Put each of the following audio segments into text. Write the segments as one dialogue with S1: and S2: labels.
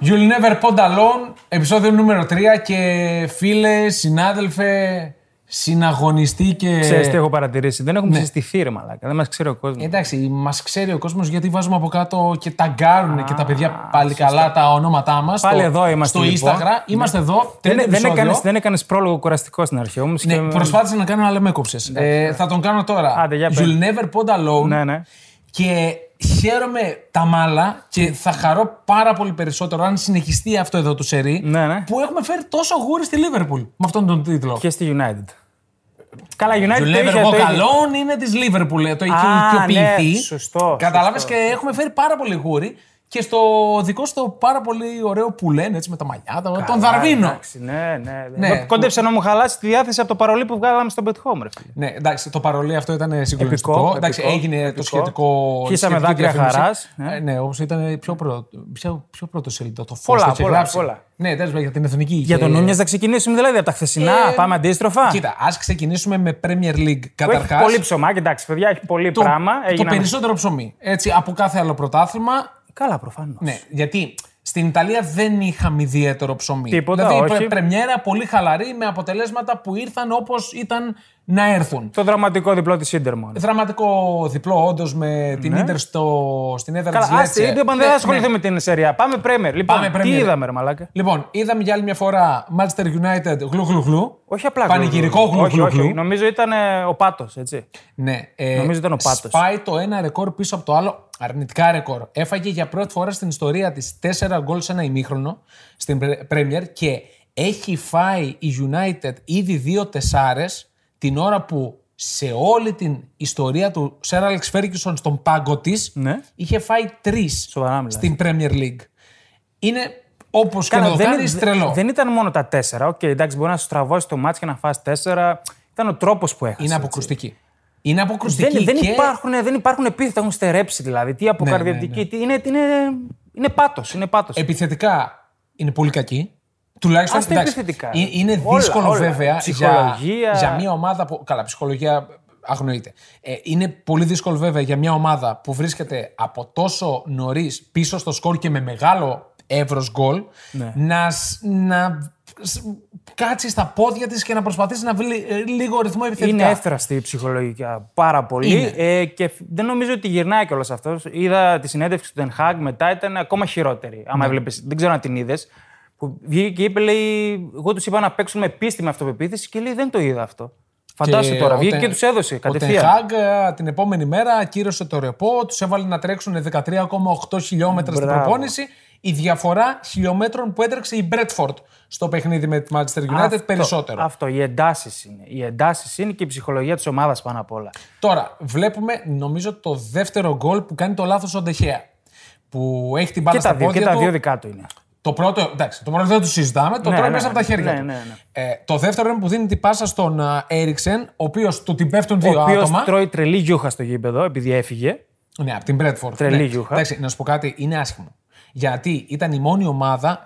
S1: You'll Never Pod Alone, επεισόδιο νούμερο 3 και φίλε, συνάδελφε, συναγωνιστή και...
S2: Ξέρεις τι έχω παρατηρήσει. Δεν έχουμε συστηθεί, ρε Μαλάκα. Δεν μας ξέρει ο κόσμος.
S1: Εντάξει, μας ξέρει ο κόσμος γιατί βάζουμε από κάτω και ταγκάρουν και τα παιδιά πάλι καλά τα ονόματά μας.
S2: Πάλι εδώ είμαστε,
S1: Στο
S2: λοιπόν.
S1: Instagram. Είμαστε εδώ.
S2: Δεν,
S1: τρίτο
S2: δεν,
S1: επεισόδιο.
S2: έκανες, δεν έκανες πρόλογο κουραστικό στην αρχή όμως.
S1: Ναι, προσπάθησα να κάνω, αλλά με έκοψες. Ε, θα τον κάνω τώρα.
S2: ναι. Άντε, για πες.
S1: You'll never pod alone.
S2: Ναι, ναι.
S1: Και χαίρομαι τα μάλα και θα χαρώ πάρα πολύ περισσότερο αν συνεχιστεί αυτό εδώ του σερί
S2: Ναι, ναι.
S1: που έχουμε φέρει τόσο γούρι στη Λίβερπουλ με αυτόν τον τίτλο.
S2: Και στη United. Καλά, United
S1: Το
S2: το είχε,
S1: Λίβερπουλ
S2: το είχε.
S1: καλόν είναι της Λίβερπουλ. ε, Το έχει
S2: Α,
S1: οικειοποιηθεί.
S2: ναι, σωστό,
S1: Κατάλαβες
S2: σωστό.
S1: και έχουμε φέρει πάρα πολύ γούρι. Και στο δικό σου το πάρα πολύ ωραίο που λένε έτσι με τα μαλλιά, τα- τον Δαρβίνο.
S2: Εντάξει, Ναι, ναι.
S1: Ναι.
S2: ναι. Κόντεψε να μου χαλάσει τη διάθεση από το παρολί που βγάλαμε στο Bet Home. Ρε. φίλε.
S1: Ναι, εντάξει, το παρολί αυτό ήταν συγκλονιστικό.
S2: Επικό,
S1: εντάξει,
S2: επικό,
S1: έγινε το
S2: επικό.
S1: σχετικό.
S2: Χύσαμε
S1: σχετική
S2: δάκρυα
S1: διαφήμιση.
S2: χαράς, ναι.
S1: Ε, ναι, όπως ήταν πιο πρώτο, πιο, πιο πρώτο σελίδα. Το φως
S2: Πολλά,
S1: το είχε
S2: πολλά,
S1: γράψει.
S2: πολλά.
S1: Ναι, τέλος για την εθνική.
S2: Για τον Νούνιες να ξεκινήσουμε δηλαδή από τα χθεσινά,
S1: Ε,
S2: πάμε αντίστροφα.
S1: Κοίτα, ας ξεκινήσουμε με Premier League
S2: Που έχει
S1: καταρχάς.
S2: πολύ ψωμάκι, εντάξει, παιδιά, έχει πολύ
S1: το,
S2: πράγμα.
S1: το
S2: έγιναν-
S1: περισσότερο ψωμί. Έτσι, από κάθε άλλο πρωτάθλημα.
S2: Καλά, προφανώς.
S1: Ναι, γιατί στην Ιταλία δεν είχαμε ιδιαίτερο ψωμί.
S2: Τίποτα,
S1: δηλαδή,
S2: όχι.
S1: η πρε- πρεμιέρα πολύ χαλαρή με αποτελέσματα που ήρθαν όπως ήταν να έρθουν.
S2: Το δραματικό διπλό της Ίντερ μόνο.
S1: Δραματικό διπλό, όντως, με την Ίντερ στο, στην έδρα τη
S2: Ναι. Καλά, άστε,
S1: Λέτσε.
S2: είπε δεν
S1: Ναι,
S2: θα ασχοληθούμε με την σερία. Πάμε Πρέμερ. Λοιπόν,
S1: Πάμε
S2: τι
S1: Premier.
S2: είδαμε, ρε Μαλάκα.
S1: Λοιπόν, είδαμε για άλλη μια φορά Manchester United γλου γλου γλου.
S2: Όχι απλά
S1: Πανηγυρικό
S2: γλου, γλου.
S1: γλου
S2: Όχι,
S1: γλου
S2: όχι.
S1: γλου.
S2: Νομίζω ήταν ε, ο πάτος, έτσι.
S1: Ναι, ε,
S2: Νομίζω ήταν ο Πάτος.
S1: Σπάει το ένα ρεκόρ πίσω από το άλλο. Αρνητικά ρεκόρ. Έφαγε για πρώτη φορά στην ιστορία της 4 γκολ σε ένα ημίχρονο στην Πρε- Premier και έχει φάει η United ήδη δύο τεσσάρες την ώρα που σε όλη την ιστορία του Σερ Άλεξ Φέργκισον στον πάγκο της
S2: Ναι.
S1: είχε φάει τρεις
S2: Σοβαρά μιλάς.
S1: στην Premier League. Είναι όπως και
S2: Καλά,
S1: να το κάνει
S2: δε-
S1: τρελό.
S2: δεν ήταν μόνο τα τέσσερα. Οκ, εντάξει, μπορεί να σου τραβώσει το μάτσο και να φας τέσσερα. Ήταν ο τρόπος που έχασες.
S1: είναι
S2: έτσι.
S1: αποκρουστική. Είναι
S2: Δεν,
S1: αποκρουστική
S2: δεν,
S1: και... Ναι,
S2: υπάρχουν, δεν υπάρχουν επίθετα, έχουν στερέψει δηλαδή. Τι αποκαρδιατική, τι είναι. Είναι, είναι πάτος. Είναι πάτος.
S1: επιθετικά είναι πολύ κακή. Τουλάχιστον
S2: Ας τα
S1: εντάξει,
S2: επιθετικά.
S1: ε- Είναι
S2: Όλα,
S1: δύσκολο
S2: όλα.
S1: βέβαια για,
S2: Ψυχολογία.
S1: για μια ομάδα που. Καλά, ψυχολογία αγνοείται. Ε, είναι πολύ δύσκολο βέβαια για μια ομάδα που βρίσκεται από τόσο νωρίς πίσω στο σκορ και με μεγάλο εύρος γκολ
S2: Ναι.
S1: να, σ- να σ- κάτσει στα πόδια της και να προσπαθήσει να βρει λι- ε, λίγο ρυθμό επιθετικά.
S2: Είναι έφραστη η ψυχολογικά πάρα πολύ. Ε, και φ- δεν νομίζω ότι γυρνάει κιόλας αυτός. Είδα τη συνέντευξη του Ten Hag μετά, ήταν ακόμα χειρότερη.
S1: Ναι.
S2: Άμα έβλεπες, δεν ξέρω αν την είδες. Που βγήκε και είπε, λέει, Εγώ τους είπα να παίξουν με πίστη με αυτοπεποίθηση και λέει, Δεν το είδα αυτό. Φαντάσου τώρα,
S1: ο
S2: βγήκε
S1: Τε-
S2: και τους έδωσε
S1: Ο
S2: κατευθείαν.
S1: Ten Hag, ε, την επόμενη μέρα ακύρωσε το ρεπό, τους έβαλε να τρέξουν 13,8 χιλιόμετρα στην
S2: Μπράβο.
S1: προπόνηση. Η διαφορά χιλιόμετρων που έτρεξε η Μπρέτφορντ στο παιχνίδι με τη Manchester United περισσότερο.
S2: Αυτό, οι εντάσεις είναι. Οι εντάσεις είναι και η ψυχολογία της ομάδας πάνω απ' όλα.
S1: Τώρα, βλέπουμε νομίζω το δεύτερο γκολ που κάνει το λάθος ο Ντεχέα. Που έχει την μπάλα
S2: Και τα,
S1: στα
S2: δύο, και
S1: πόδια
S2: τα
S1: του.
S2: δύο δικά του είναι.
S1: Το πρώτο, εντάξει, το πρώτο δεν το συζητάμε, το
S2: Ναι,
S1: τρώει
S2: ναι,
S1: μέσα από τα
S2: ναι,
S1: χέρια
S2: ναι,
S1: του.
S2: ναι, ναι.
S1: Ε, το δεύτερο είναι που δίνει την πάσα στον α, Έριξεν, ο οποίος του την πέφτουν
S2: Ο
S1: δύο
S2: οποίος
S1: άτομα.
S2: τρώει τρελή γιούχα στο γήπεδο επειδή έφυγε.
S1: Ναι, από την Μπρέτφορντ.
S2: Τρελή
S1: ναι.
S2: γιούχα.
S1: Εντάξει, να σου πω κάτι, είναι άσχημο. Γιατί ήταν η μόνη ομάδα,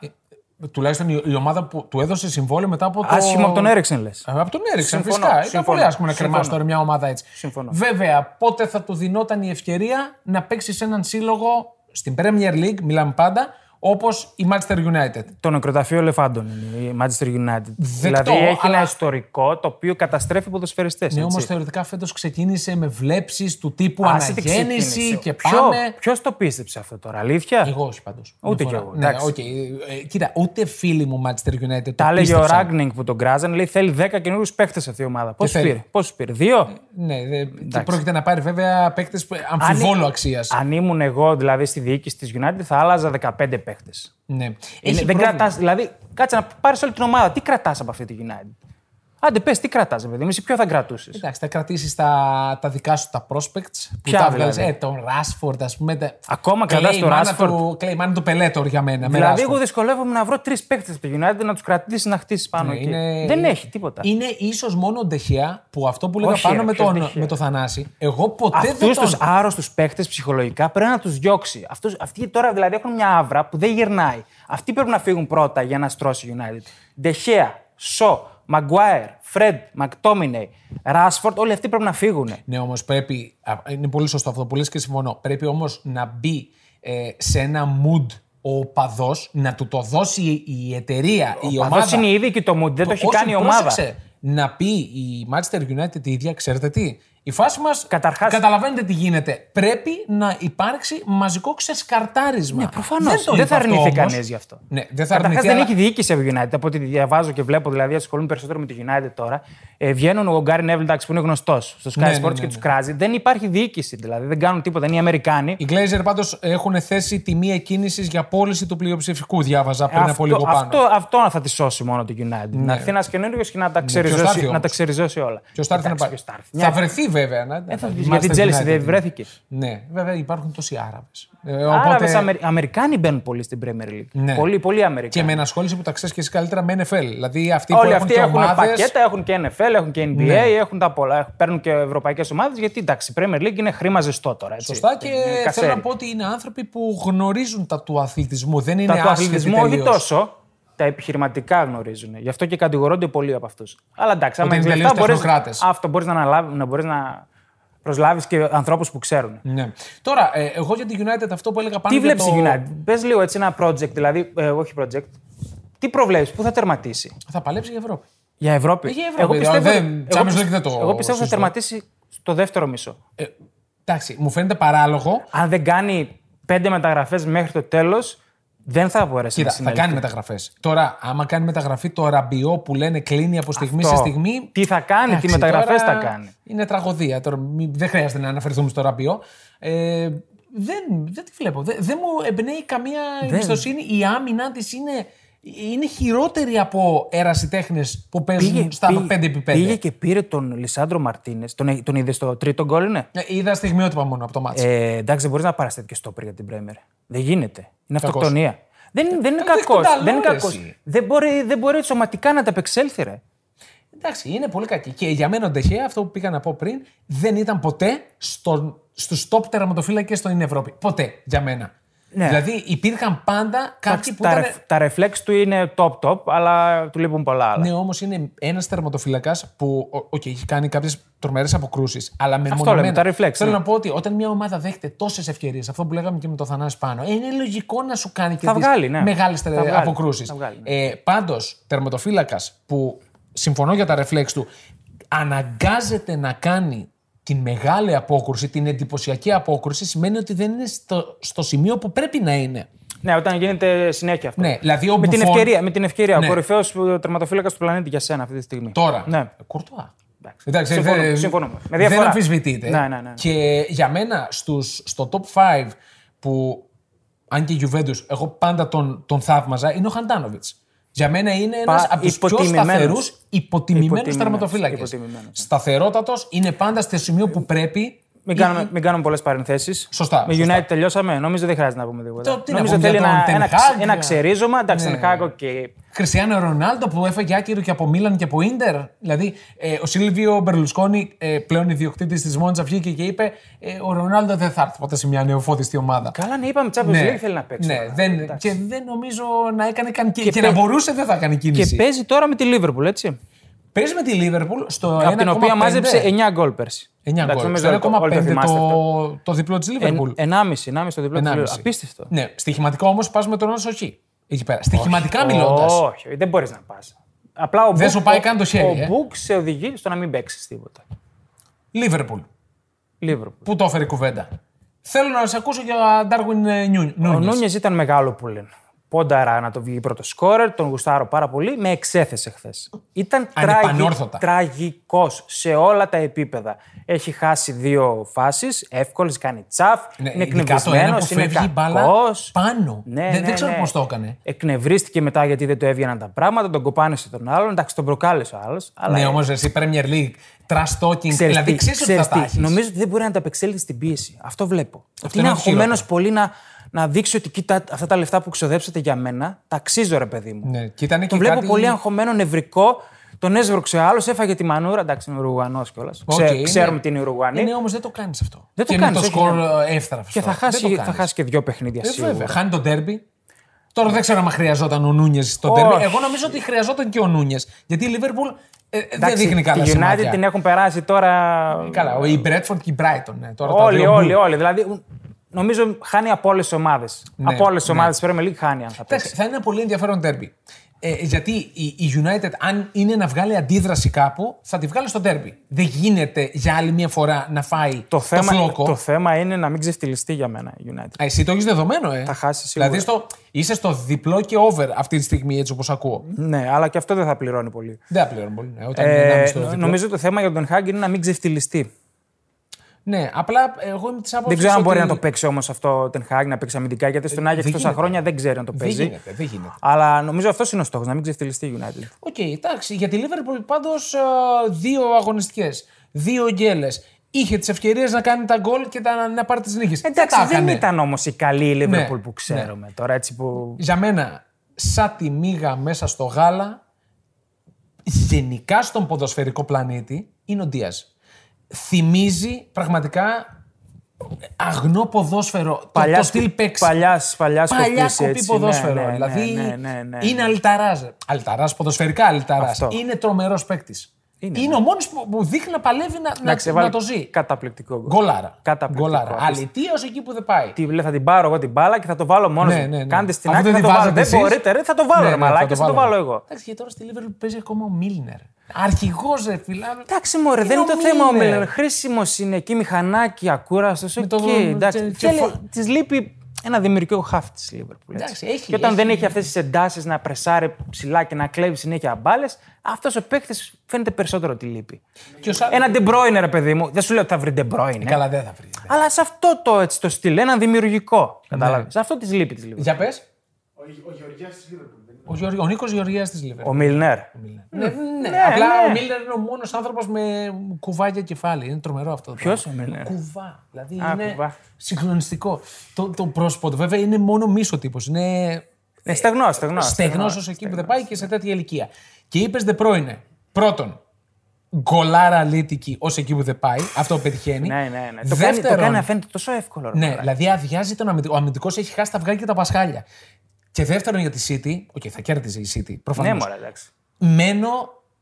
S1: ε, τουλάχιστον η, η ομάδα που του έδωσε συμβόλαιο μετά από το.
S2: Άσχημο από τον Έριξεν λες.
S1: Ε, Από τον Έριξεν,
S2: Συμφωνώ,
S1: φυσικά. Ήταν
S2: συμφωνώ,
S1: πολύ άσχημο να
S2: συμφωνώ.
S1: κρεμάσει τώρα μια ομάδα έτσι.
S2: Συμφωνώ.
S1: Βέβαια, πότε θα του δινόταν η ευκαιρία να παίξει σε έναν σύλλογο στην Premier League, μιλάμε πάντα, όπως η Manchester United.
S2: Το νεκροταφείο Λεφάντων είναι η Manchester United. δηλαδή
S1: αλλά-
S2: έχει ένα ιστορικό το οποίο καταστρέφει ποδοσφαιριστές.
S1: Ναι, όμως θεωρητικά φέτος ξεκίνησε με βλέψεις του τύπου αναγέννηση και
S2: Ποιο,
S1: πάμε.
S2: ποιος το πίστεψε αυτό τώρα, αλήθεια.
S1: Εγώ όχι πάντως.
S2: Ούτε κι εγώ,
S1: Ναι,
S2: εντάξει.
S1: οκ. Ε, ε, κοίτα, ούτε φίλοι μου Manchester United. το
S2: Τα έλεγε ο
S1: πίστεψαν.
S2: Ράγκνινγκ που τον κράζανε, λέει θέλει 10 καινούριου παίχτε αυτή η ομάδα. Πώ
S1: θέλει.
S2: πήρε, πόσους πήρε, δύο.
S1: Ναι, δε, και πρόκειται να πάρει βέβαια παίκτες
S2: Αν
S1: αμφιβόλου
S2: ή-
S1: αξίας.
S2: Αν ήμουν εγώ δηλαδή στη διοίκηση της United, θα άλλαζα 15 παίχτες.
S1: Ναι. Έχει
S2: Δεν
S1: πρόβλημα.
S2: κρατάς, δηλαδή, κάτσε να πάρεις όλη την ομάδα. Τι κρατάς από αυτή τη United. Άντε, πες, τι κρατάς, παιδί μου, εσύ ποιο θα κρατούσες.
S1: Εντάξει, θα κρατήσεις τα, τα δικά σου τα prospects που
S2: Ποια
S1: τα
S2: δηλαδή?
S1: βγάλες. Ε, τον Rashford, ας πούμε. τα-
S2: Ακόμα
S1: Clay,
S2: κρατάς τον
S1: ε, μάνα
S2: Rashford?
S1: του- Clay, μάνα του Πελέτορ για μένα. με
S2: Δηλαδή,
S1: Rashford.
S2: εγώ δυσκολεύομαι να βρω τρεις παίχτε από το United να τους κρατήσεις να χτίσεις πάνω εκεί.
S1: Ναι, είναι-
S2: Δεν
S1: είναι-
S2: έχει τίποτα.
S1: Είναι ίσως μόνο ο Ντεχεία που αυτό που λέγα
S2: Όχι,
S1: πάνω
S2: ρε,
S1: με
S2: ποιος
S1: τον,
S2: Ντεχεία.
S1: με τον Θανάση. Εγώ ποτέ
S2: Αυτού
S1: δεν τον.
S2: τους άρρωστους παίχτε ψυχολογικά πρέπει να τους διώξει. Αυτούς, αυτοί τώρα δηλαδή έχουν μια άβρα που δεν γυρνάει. Αυτοί πρέπει να φύγουν πρώτα για να στρώσει η United. Ντεχέα, Σο, Μαγκουάερ, Φρεντ, Μακτόμινεϊ, Ράσφορντ, όλοι αυτοί πρέπει να φύγουν.
S1: Ναι, όμως πρέπει. α, Είναι πολύ σωστό αυτό που λες και συμφωνώ. Πρέπει όμως να μπει ε, σε ένα mood ο παδό να του το δώσει η εταιρεία, η
S2: Ο
S1: ομάδα.
S2: παδός είναι ήδη και το μουντ, δεν το έχει
S1: Όχι,
S2: κάνει η ομάδα.
S1: πρόσεξε, να πει η Manchester United η ίδια, ξέρετε τι. Η φάση μας.
S2: Καταρχάς-
S1: Καταλαβαίνετε τι γίνεται. Πρέπει να υπάρξει μαζικό ξεσκαρτάρισμα.
S2: Ναι, προφανώς.
S1: το
S2: Δεν,
S1: είπε
S2: θα
S1: αυτό
S2: αρνηθεί
S1: όμως.
S2: κανείς γι' αυτό.
S1: Ναι, δεν θα αρνηθεί.
S2: Καταρχά, δεν
S1: αλλά-
S2: έχει διοίκηση από United. Από ό,τι διαβάζω και βλέπω, δηλαδή ασχολούν περισσότερο με το United τώρα. Ε, βγαίνουν ο Γκάρι Νέβιλ, εντάξει, που είναι γνωστός στο Sky
S1: Ναι, ναι,
S2: Sports
S1: ναι,
S2: και
S1: ναι.
S2: τους κράζει. Δεν υπάρχει διοίκηση δηλαδή. Δεν κάνουν τίποτα. Είναι οι Αμερικάνοι.
S1: Οι Glazer πάντως έχουν θέσει τιμή εκκίνησης για πώληση του πλειοψηφικού, διάβαζα πριν από λίγο πάνω. Ναι.
S2: αυτό, αυτό θα τη σώσει μόνο το United. Να έρθει ένας καινούριο και να τα
S1: ποιος θα έρθει
S2: ξεριζώσει, να
S1: όμως.
S2: τα ξεριζώσει όλα.
S1: Ποιος θα έρθει να
S2: Εντάξει,
S1: πάρει.
S2: ποιος θα έρθει.
S1: Θα βρεθεί βέβαια. Να,
S2: Ε, θα-
S1: να-
S2: Γιατί η
S1: Manchester
S2: Chelsea δεν
S1: United.
S2: βρέθηκε.
S1: Ναι, βέβαια υπάρχουν τόσοι Άραβες. Ε,
S2: Άραβες,
S1: οπότε-
S2: Αμερι- Αμερικάνοι μπαίνουν πολύ στην Premier League.
S1: Ναι.
S2: Πολύ, πολύ
S1: Και
S2: Αμερικάνοι.
S1: με ενασχόληση που τα ξέρεις και εσύ καλύτερα με NFL. Δηλαδή αυτοί που
S2: Όλοι
S1: έχουν
S2: αυτοί
S1: και
S2: έχουν
S1: ομάδες, Ναι.
S2: πακέτα, έχουν και NFL, έχουν και NBA, έχουν τα πολλά. έχουν- Παίρνουν και ευρωπαϊκές ομάδες γιατί εντάξει, η Premier League είναι χρήμα ζεστό τώρα. Έτσι.
S1: Σωστά και
S2: Είναι
S1: ε, θέλω
S2: κασέρι.
S1: να πω ότι είναι άνθρωποι που γνωρίζουν τα του αθλητισμού. Δεν είναι
S2: Τα του
S1: άσχετοι
S2: αθλητισμού
S1: τελείως.
S2: όχι τόσο. Τα επιχειρηματικά γνωρίζουν. Γι' αυτό και κατηγορούνται πολλοί από αυτούς. Αλλά
S1: Ότι
S2: εντάξει, άμα
S1: είναι
S2: έχεις
S1: τελείως
S2: λεφτά, μπορείς-
S1: τεχνοκράτες.
S2: Αυτό μπορείς να, αναλάβει- να, μπορείς να προσλάβεις και ανθρώπους που ξέρουν.
S1: Ναι. Τώρα, ε, εγώ για την United αυτό που έλεγα πάνω.
S2: Τι
S1: για
S2: βλέπεις
S1: το...
S2: η United, πες λίγο έτσι ένα project, δηλαδή. ε, όχι project. Τι προβλέπεις, πού θα τερματίσει.
S1: Θα παλέψει για Ευρώπη.
S2: Για Ευρώπη.
S1: Για Ευρώπη, δηλαδή, δεν- Champions League δεν το
S2: εγώ πιστεύω θα
S1: συζητώ.
S2: τερματίσει στο δεύτερο μισό.
S1: Ε, εντάξει, μου φαίνεται παράλογο.
S2: Αν δεν κάνει πέντε μεταγραφές μέχρι το τέλος, δεν θα μπορέσει
S1: Κοίτα,
S2: να
S1: θα
S2: συνέλθει.
S1: κάνει μεταγραφές. Τώρα, άμα κάνει μεταγραφή το ραμπιό που λένε κλείνει από στιγμή
S2: Αυτό.
S1: σε στιγμή.
S2: Τι θα κάνει, τι
S1: Εντάξει,
S2: μεταγραφές
S1: τώρα
S2: θα κάνει.
S1: Είναι τραγωδία. Τώρα, μη- δεν χρειάζεται να αναφερθούμε στο ραμπιό. Ε, δεν, δεν τη βλέπω. Δεν, δεν μου εμπνέει καμία εμπιστοσύνη. Η άμυνά της είναι, είναι χειρότερη από ερασιτέχνε που παίζουν στα 5x5.
S2: πήγε και πήρε τον Λισάντρο Μαρτίνες. Τον, τον είδες στο τρίτο γκολ, είναι.
S1: Ε, Είδα στιγμιότυπα μόνο από το μάτσο.
S2: Ε, εντάξει, δεν μπορείς να παραστεί και στόπερ για την Πρέμερ. Δεν γίνεται. Είναι
S1: Κακός. Ε,
S2: αυτοκτονία. Δεν, δεν είναι
S1: δεν
S2: κακό.
S1: τον
S2: Δεν, είναι
S1: ταλαιπωρεί,
S2: κακός.
S1: εσύ.
S2: δεν, μπορεί, δεν μπορεί σωματικά να τα απεξέλθει, ρε.
S1: Εντάξει, είναι πολύ κακή. Και για μένα ο Ντεχέ, αυτό που πήγα να πω πριν, δεν ήταν ποτέ στον, στους top τερματοφύλακες στην Ευρώπη. Ποτέ, για μένα.
S2: Ναι.
S1: Δηλαδή υπήρχαν πάντα κάποιοι
S2: Εντάξει,
S1: που
S2: τα,
S1: ήταν...
S2: ρεφ, τα ρεφλέξ του είναι top-top, αλλά του λείπουν πολλά άλλα.
S1: Ναι, όμως είναι ένας τερματοφύλακα που ο- οκ, έχει κάνει κάποιες τρομερές αποκρούσεις. Αλλά με
S2: λέμε, τα reflex,
S1: Θέλω
S2: ναι.
S1: να πω ότι όταν μια ομάδα δέχεται τόσες ευκαιρίες, αυτό που λέγαμε και με το Θανάση πάνω, ε, είναι λογικό να σου κάνει και
S2: Θα
S1: τις
S2: βγάλει, ναι.
S1: μεγάλες
S2: Θα βγάλει,
S1: αποκρούσεις.
S2: θα βγάλει, ναι.
S1: Ε, Πάντως, τερματοφύλακας που συμφωνώ για τα ρεφλέξ του, αναγκάζεται να κάνει την μεγάλη απόκρουση, την εντυπωσιακή απόκρουση, σημαίνει ότι δεν είναι στο, στο σημείο που πρέπει να είναι.
S2: Ναι, όταν γίνεται συνέχεια αυτό.
S1: Ναι, δηλαδή ο
S2: με, την
S1: Buffon-
S2: ευκαιρία, με την ευκαιρία.
S1: Ναι.
S2: Ο κορυφαίο τερματοφύλακας του πλανήτη για σένα αυτή τη στιγμή.
S1: Τώρα.
S2: Ναι.
S1: Κουρτουά.
S2: Εντάξει.
S1: Εντάξει,
S2: Συμφωνούμε,
S1: δεν-
S2: συμφωνούμε. Με
S1: δεν
S2: διαφορά.
S1: αμφισβητείται.
S2: Ναι, ναι, ναι.
S1: Και για μένα στους, στο top 5 που αν και η Juventus, εγώ πάντα τον, τον θαύμαζα, είναι ο Χαντάνοβιτ. Για μένα είναι ένα
S2: Πα-
S1: από τους πιο
S2: υποτιμημένος.
S1: σταθερούς υποτιμημένου
S2: Υποτιμημένος,
S1: τερματοφύλακε.
S2: υποτιμημένος.
S1: Σταθερότατος, είναι πάντα στο σημείο που πρέπει.
S2: Μην κάνουμε, μην κάνουμε πολλές παρενθέσεις.
S1: Σωστά,
S2: Με United
S1: σωστά.
S2: τελειώσαμε. Νομίζω δεν χρειάζεται να πούμε τίποτα.
S1: Το- τι να
S2: Νομίζω
S1: πούμε
S2: θέλει
S1: για τον
S2: ένα,
S1: Ten
S2: ένα,
S1: Hag,
S2: ξε-
S1: για-
S2: ένα ξερίζωμα. Εντάξει,
S1: Ναι.
S2: Ten Hag, οκ.
S1: Χριστιανό Ρονάλντο που έφαγε άκυρο και από Μίλαν και από Ίντερ. Δηλαδή, ε, ο Σίλβιο Μπερλουσκόνη, ε, πλέον ιδιοκτήτης της Μόντζα, βγήκε και είπε: ε, Ο Ρονάλντο δεν θα έρθει ποτέ σε μια νεοφώτιστη ομάδα.
S2: Καλά, ναι, είπαμε Champions League θέλει να παίξει.
S1: Ναι,
S2: τώρα.
S1: δεν,
S2: Εντάξει.
S1: και δεν νομίζω να έκανε καν και, και
S2: παί-
S1: να μπορούσε δεν θα έκανε κίνηση.
S2: Και παίζει τώρα με τη Liverpool, έτσι.
S1: Παίζει με τη Λίβερπουλ στο
S2: Από την οποία
S1: 1,5.
S2: μάζεψε 9 γκολ πέρσι.
S1: 9
S2: Εντάξει,
S1: γκολ.
S2: νομίζω
S1: Στο
S2: όλοι το- όλοι
S1: 1,5
S2: θυμάστε αυτό.
S1: το, το διπλό της Λίβερπουλ.
S2: Εν- 1,5, 1,5 το διπλό. της
S1: 1,5.
S2: Liverpool. Απίστευτο.
S1: Ναι, στοιχηματικά όμως πας με τον Όσο εκεί. Εκεί πέρα. Στοιχηματικά μιλώντας.
S2: Όχι, δεν μπορείς να πας. Απλά ο
S1: Δεν
S2: Book-
S1: σου πάει
S2: ο-
S1: καν το χέρι,
S2: Ο
S1: ε.
S2: Μπουκ σε οδηγεί στο να μην παίξεις τίποτα.
S1: Λίβερπουλ.
S2: Liverpool.
S1: Πού το έφερε η κουβέντα. Θέλω να σε ακούσω για ε, Ντάρκουιν
S2: Ο
S1: Νούνιες.
S2: Νούνιες ήταν μεγάλο που λένε. Πόνταρα να το βγει πρώτο σκόρερ, τον γουστάρω πάρα πολύ. Με εξέθεσε χθες. Ήταν
S1: Ανεπανόρθωτα.
S2: τραγικός σε όλα τα επίπεδα. Έχει χάσει δύο φάσεις, εύκολε, κάνει τσαφ. είναι
S1: Ναι, ειδικά το ένα
S2: εκνευρισμένος,
S1: που
S2: είναι
S1: φεύγει η μπάλα
S2: κακός.
S1: πάνω.
S2: Ναι,
S1: δεν,
S2: ναι,
S1: δεν ξέρω
S2: ναι.
S1: πώς το έκανε.
S2: Εκνευρίστηκε μετά γιατί δεν του έβγαιναν τα πράγματα, τον κοπάνισε τον άλλον. Εντάξει, τον προκάλεσε ο άλλος.
S1: Ναι, όμως εσύ Premier League, trash talking,
S2: ε. Ξέρεις
S1: δηλαδή
S2: τι,
S1: ξέρεις ότι
S2: ξέρεις
S1: θα τα
S2: τι,
S1: έχεις.
S2: Νομίζω ότι δεν μπορεί να τα απεξέλθει στην πίεση. Αυτό βλέπω. ότι
S1: είναι
S2: είναι
S1: το χειρότερο.
S2: αγχωμένος πολύ να, να δείξει ότι κοίτα αυτά τα λεφτά που ξοδέψατε για μένα, τα αξίζω ρε παιδί μου.
S1: Ναι, και ήταν
S2: Τον
S1: και
S2: βλέπω
S1: κάτι-
S2: πολύ αγχωμένο, νευρικό. Τον έσβρωξε άλλος, έφαγε τη μανούρα. Εντάξει, είναι Ουρουγουανό κιόλας.
S1: Οκ, είναι.
S2: Ξέρουμε την Ουρουγουανή.
S1: Ναι, όμως δεν το κάνεις αυτό.
S2: Δεν το
S1: και
S2: κάνεις,
S1: με το
S2: όχι,
S1: σκορ
S2: ναι.
S1: ε, εύθραυστο.
S2: και θα
S1: Δεν
S2: χάσει,
S1: το
S2: θα
S1: κάνεις.
S2: χάσει και δύο παιχνίδια
S1: Ε,
S2: σίγουρα.
S1: βέβαια. Χάνει τον τέρμπι. Τώρα δεν ξέρω αν χρειαζόταν ο Νούνιες τον
S2: Όχι.
S1: τέρμπι. Εγώ νομίζω ότι χρειαζόταν και ο Νούνιες. Γιατί η Λίβερπουλ ε, δεν
S2: Εντάξει,
S1: δείχνει καλά
S2: Τη United
S1: σημάδια.
S2: την έχουν περάσει τώρα.
S1: Καλά, ο- η Μπρέτφορντ και η Μπράιτον. Ναι, τώρα τα
S2: Όλοι,
S1: δύο
S2: όλοι,
S1: μπλου.
S2: όλοι. Δηλαδή, Νομίζω χάνει από όλες τις ομάδες.
S1: Ναι,
S2: από όλες τις
S1: ναι.
S2: ομάδες της Premier League χάνει, αν θα πει.
S1: Εντάξει, θα είναι ένα πολύ ενδιαφέρον τέρμπι. Ε, γιατί η η United, αν είναι να βγάλει αντίδραση κάπου, θα τη βγάλει στο τέρμπι. Δεν γίνεται για άλλη μια φορά να φάει το,
S2: Το θέμα,
S1: φλόκο.
S2: το θέμα είναι να μην ξεφτυλιστεί για μένα η United.
S1: Α, εσύ το έχεις δεδομένο, ε.
S2: Θα χάσει σίγουρα.
S1: Δηλαδή στο, είσαι στο διπλό και over αυτή τη στιγμή, έτσι όπως ακούω.
S2: Ναι, αλλά και αυτό δεν θα πληρώνει πολύ.
S1: Δεν τα πληρώνω πολύ. Ε. Ναι, όταν είναι
S2: Ε,
S1: 1,5 το
S2: νο-
S1: διπλό.
S2: νομίζω το θέμα για τον Χάγκ είναι να μην ξεφτυλιστεί.
S1: Ναι, απλά εγώ είμαι της άποψης.
S2: Δεν ξέρω αν μπορεί να το παίξει όμως αυτό ο Ten Hag, να παίξει αμυντικά, γιατί στον Άγιαξ
S1: Ε, δεν
S2: τόσα
S1: γίνεται.
S2: χρόνια δεν ξέρει αν το
S1: Δεν
S2: παίζει.
S1: γίνεται, Ε, δεν γίνεται.
S2: Αλλά νομίζω αυτός είναι ο στόχος, να μην ξεφτυλιστεί η United.
S1: Οκ, εντάξει. Για τη Λίβερπουλ πάντω δύο αγωνιστικές, δύο γκέλες. Είχε τις ευκαιρίες να κάνει τα γκολ και τα, να πάρει τις νίκες.
S2: Εντάξει, δεν ήταν όμως η καλή η Liverpool
S1: Ναι,
S2: που ξέρουμε τώρα. Έτσι που...
S1: Για μένα, σαν τη μύγα μέσα στο γάλα, γενικά στον ποδοσφαιρικό πλανήτη, είναι ο Ντία. Θυμίζει πραγματικά αγνό ποδόσφαιρο. Το- το, στυλ παίξη.
S2: Παλιάς παλιάς
S1: Παλιά κοπής ποδόσφαιρο.
S2: Ναι, ναι,
S1: δηλαδή
S2: ναι, ναι, ναι,
S1: είναι
S2: ναι.
S1: αλταράζ. Αλταράζ, ποδοσφαιρικά αλταράζ.
S2: Αυτό.
S1: Είναι τρομερός παίκτης. Είναι,
S2: Είναι, ναι.
S1: ο μόνος που, που δείχνει να παλεύει να,
S2: Εντάξει,
S1: να,
S2: έβαλε
S1: να το ζει.
S2: Καταπληκτικό γκολ.
S1: Γκολάρα.
S2: Καταπληκτικό,
S1: Γκολάρα.
S2: απίστευτο.
S1: Αλητίω εκεί που δεν πάει.
S2: Τι λέει, θα την πάρω εγώ την μπάλα και θα το βάλω μόνος.
S1: Ναι, ναι, ναι.
S2: Κάντε στην
S1: Αφού
S2: άκρη,
S1: δεν
S2: θα
S1: τη
S2: το βάλω.
S1: βάζετε
S2: Δεν
S1: εσείς.
S2: μπορείτε, ρε, θα το βάλω,
S1: Ναι,
S2: ρε,
S1: ναι, θα
S2: μαλάκι,
S1: το
S2: θα το
S1: βάλω.
S2: βάλω εγώ.
S1: Εντάξει, και τώρα στη Λίβερπουλ παίζει ακόμα ο Μίλνερ. Αρχηγός, ρε φιλά.
S2: Εντάξει, μωρέ, δεν είναι
S1: ο
S2: το θέμα ο
S1: Μίλλερ.
S2: Μίλλερ. Χρήσιμος είναι εκεί, μηχανάκι, ακούραστος.
S1: Με
S2: Οκ,
S1: το-
S2: εντάξει.
S1: και-
S2: Θέλει-
S1: και-
S2: Της λείπει ένα δημιουργικό χάφ της Λίβερπουλ.
S1: Εντάξει, έχει-
S2: και όταν
S1: έχει-
S2: δεν έχει αυτές τις εντάσεις να πρεσάρει ψηλά και να κλέβει συνέχεια μπάλες, αυτός ο παίκτης φαίνεται περισσότερο ότι λείπει.
S1: Και ο Σάρ-
S2: Ένα ντεμπρόινε, ρε παιδί μου. Δεν σου λέω ότι θα βρει ντεμπρόινε.
S1: Καλά, δεν θα βρει.
S2: Αλλά σε αυτό το, έτσι, το στυλ, ένα δημιουργικό.
S1: Ναι.
S2: Κατάλαβες. Σε αυτό της λείπει της Λίβερπουλ.
S1: Για πες.
S3: Ο, ο Γεωργιάς της Λίβερπουλ. δεν είναι.
S1: Ο, Γεωργ... ο Νίκος Γεωργίας της Λίβερπουλ.
S2: Ο Μιλνέρ.
S1: Ναι, ναι, απλά
S2: ναι.
S1: ο Μίλνερ είναι ο μόνος άνθρωπος με κουβά για κεφάλι. Είναι τρομερό αυτό.
S2: Ποιος ο Μιλνέρ.
S1: Κουβά. Δηλαδή
S2: Α,
S1: είναι
S2: κουβά.
S1: συγκλονιστικό. Το, το πρόσωπο του βέβαια είναι μόνο μίσο τύπος. Είναι
S2: Ε, στεγνός, στεγνός.
S1: στεγνός ως εκεί που δεν πάει και σε τέτοια ηλικία. Και είπες Δε Πρόινε, πρώτον, γκολάρα αλήτικη ως εκεί που δεν πάει. Αυτό πετυχαίνει.
S2: Ναι, ναι, ναι. Το κάνει, το κάνει να φαίνεται τόσο εύκολο. ρε
S1: Ναι,
S2: μαλάκα.
S1: δηλαδή αδειάζει τον αμυντικό. Ο αμυντικός έχει χάσει τα αυγά και τα πασχάλια. Και δεύτερον για τη City, οκ, θα κέρδιζε η City προφανώς.
S2: Ναι, μωρέ, εντάξει.
S1: Μένω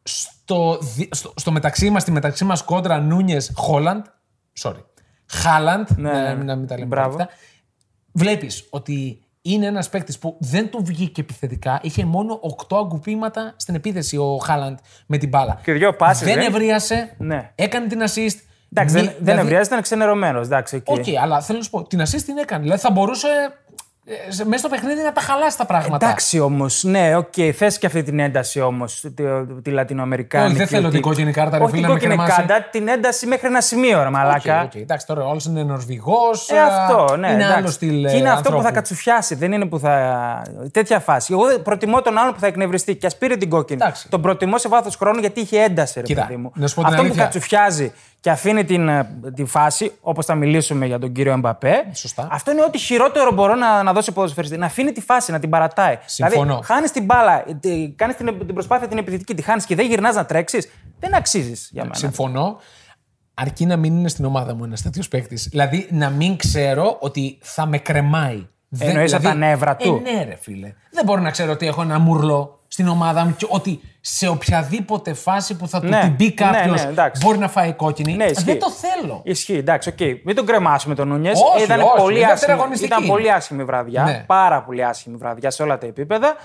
S1: στο, δι- στο, στο μεταξύ μας, τη μεταξύ μας κόντρα Νούνιες Χόλαντ. Sorry. Χάλαντ.
S2: Ναι,
S1: να,
S2: ναι,
S1: μην-
S2: ναι.
S1: να μην τα λέμε
S2: Μπράβο.
S1: αυτά. Βλέπεις ότι είναι ένας παίκτης που δεν του βγήκε επιθετικά. Είχε μόνο 8 αγκουπήματα στην επίθεση ο Χάλαντ με την μπάλα.
S2: Και δυο πάσες,
S1: Δεν
S2: ε.
S1: ευρίασε.
S2: Ναι.
S1: Έκανε την assist.
S2: Εντάξει,
S1: Μη-
S2: δεν, δεν
S1: δηλαδή-
S2: ευριάζει, ήταν ξενερωμένος. Εντάξει, εκεί.
S1: Οκ, αλλά θέλω να σου πω, την assist την έκανε. Δηλαδή θα μπορούσε ε, σε- μέσα στο παιχνίδι να τα χαλάσει τα πράγματα.
S2: Εντάξει όμως, ναι, οκ, θες και αυτή την ένταση όμως, τη, τη Λατινοαμερικάνικη.
S1: Όχι, δεν θέλω
S2: ότι-
S1: την κόκκινη κάρτα, ρε
S2: Όχι,
S1: φίλε, να
S2: την
S1: με
S2: κόκκινη
S1: κρεμάσει.
S2: κάρτα, την ένταση μέχρι ένα σημείο, ρε
S1: Οκ,
S2: Μαλάκα.
S1: οκ, εντάξει, τώρα ο Όλσεν είναι Νορβηγός.
S2: Ε, αυτό, ναι.
S1: Είναι
S2: εντάξει.
S1: άλλος στυλ.
S2: Και
S1: ε,
S2: είναι αυτό που θα
S1: ανθρώπου.
S2: κατσουφιάσει, δεν είναι που θα. Τέτοια φάση. Εγώ δεν- προτιμώ τον άλλον που θα εκνευριστεί και ας πήρε την κόκκινη.
S1: Εντάξει.
S2: Τον προτιμώ σε βάθος χρόνου γιατί είχε ένταση, ρε
S1: Κοίτα,
S2: παιδί μου.
S1: να σου πω την
S2: αυτό που
S1: αλήθεια.
S2: κατσουφιάζει και αφήνει την, ε, τη φάση, όπως θα μιλήσουμε για τον κύριο Εμπαπέ.
S1: Σωστά.
S2: Αυτό είναι ό,τι χειρότερο μπορώ να, να δώσει ο ποδοσφαιριστή. Να αφήνει τη φάση, να την παρατάει.
S1: Συμφωνώ.
S2: Δηλαδή, χάνεις την μπάλα, κάνεις την, την προσπάθεια την επιθετική, τη χάνεις και δεν γυρνάς να τρέξεις. Δεν αξίζεις για μένα.
S1: Συμφωνώ. Αρκεί να μην είναι στην ομάδα μου ένας τέτοιος παίκτης. Δηλαδή να μην ξέρω ότι θα με κρεμάει. Δεν-
S2: Εννοείς από τα νεύρα του.
S1: Ε, ναι, ρε φίλε. Δεν μπορώ να ξέρω ότι έχω ένα μουρλό στην ομάδα μου και ότι σε οποιαδήποτε φάση που θα του
S2: Ναι,
S1: την πει
S2: ναι,
S1: κάποιο
S2: ναι, εντάξει.
S1: μπορεί να φάει κόκκινη.
S2: Ναι, ισχύει.
S1: δεν το θέλω.
S2: Ισχύει, εντάξει, οκ. Μην τον κρεμάσουμε τον Νούνιες.
S1: Όχι,
S2: Ήταν,
S1: όχι, η
S2: πολύ
S1: δεύτερη
S2: άσχημη-
S1: αγωνιστική
S2: ήταν
S1: είναι.
S2: πολύ άσχημη βραδιά.
S1: Ναι.
S2: Πάρα πολύ άσχημη βραδιά σε όλα τα επίπεδα.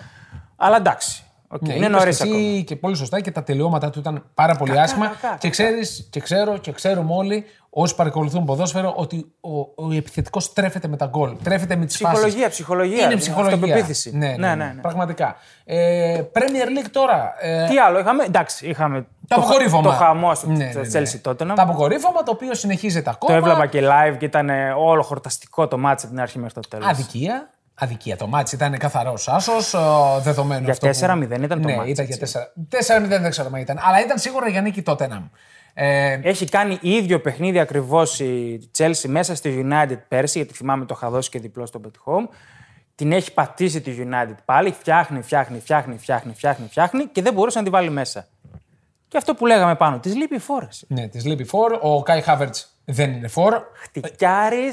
S2: Αλλά εντάξει. οκ,
S1: Ναι,
S2: είναι
S1: είπες
S2: νωρίς
S1: και εσύ
S2: ακόμα.
S1: Και πολύ σωστά και τα τελειώματά του ήταν πάρα πολύ άσχημα.
S2: κακά,
S1: και ξέρεις, και ξέρω και ξέρουμε όλοι όσοι παρακολουθούν ποδόσφαιρο ότι ο, ο επιθετικός τρέφεται με τα γκολ. Τρέφεται με τις φάσεις.
S2: Ψυχολογία, ψυχολογία.
S1: Είναι ψυχολογία.
S2: Αυτοπεποίθηση.
S1: Ναι, ναι, ναι, Πραγματικά. Ε, Premier League τώρα. Ε,
S2: Τι άλλο είχαμε. Εντάξει, είχαμε
S1: το
S2: χα-
S1: αποκορύφωμα.
S2: Το χαμό στο
S1: Ναι, ναι, ναι.
S2: Chelsea τότε.
S1: Το αποκορύφωμα το οποίο συνεχίζεται
S2: Το
S1: ακόμα.
S2: έβλεπα και live και ήταν ε, όλο χορταστικό το μάτς από την αρχή μέχρι το τέλος.
S1: Αδικία. Αδικία. Το μάτι ήταν καθαρός άσος. Δεδομένο
S2: Για
S1: αυτό. που-
S2: 4-0 ήταν το
S1: ναι,
S2: μάτς,
S1: Ήταν για
S2: έτσι.
S1: 4-0 δεν ξέρω αν ήταν. Αλλά ήταν σίγουρα για νίκη τότε Ε,
S2: Έχει κάνει ίδιο παιχνίδι ακριβώς η Chelsea μέσα στη United πέρσι, γιατί θυμάμαι το είχα δώσει και διπλό στο Bet Home. Την έχει πατήσει τη United πάλι, φτιάχνει, φτιάχνει, φτιάχνει, φτιάχνει, φτιάχνει, φτιάχνει και δεν μπορούσε να τη βάλει μέσα. Και αυτό που λέγαμε πάνω, της λείπει η φόρεση.
S1: Ναι, της λείπει φόρ. Ο Κάι Χάβερτ Δεν είναι φόρ.
S2: Χτυκιάρη.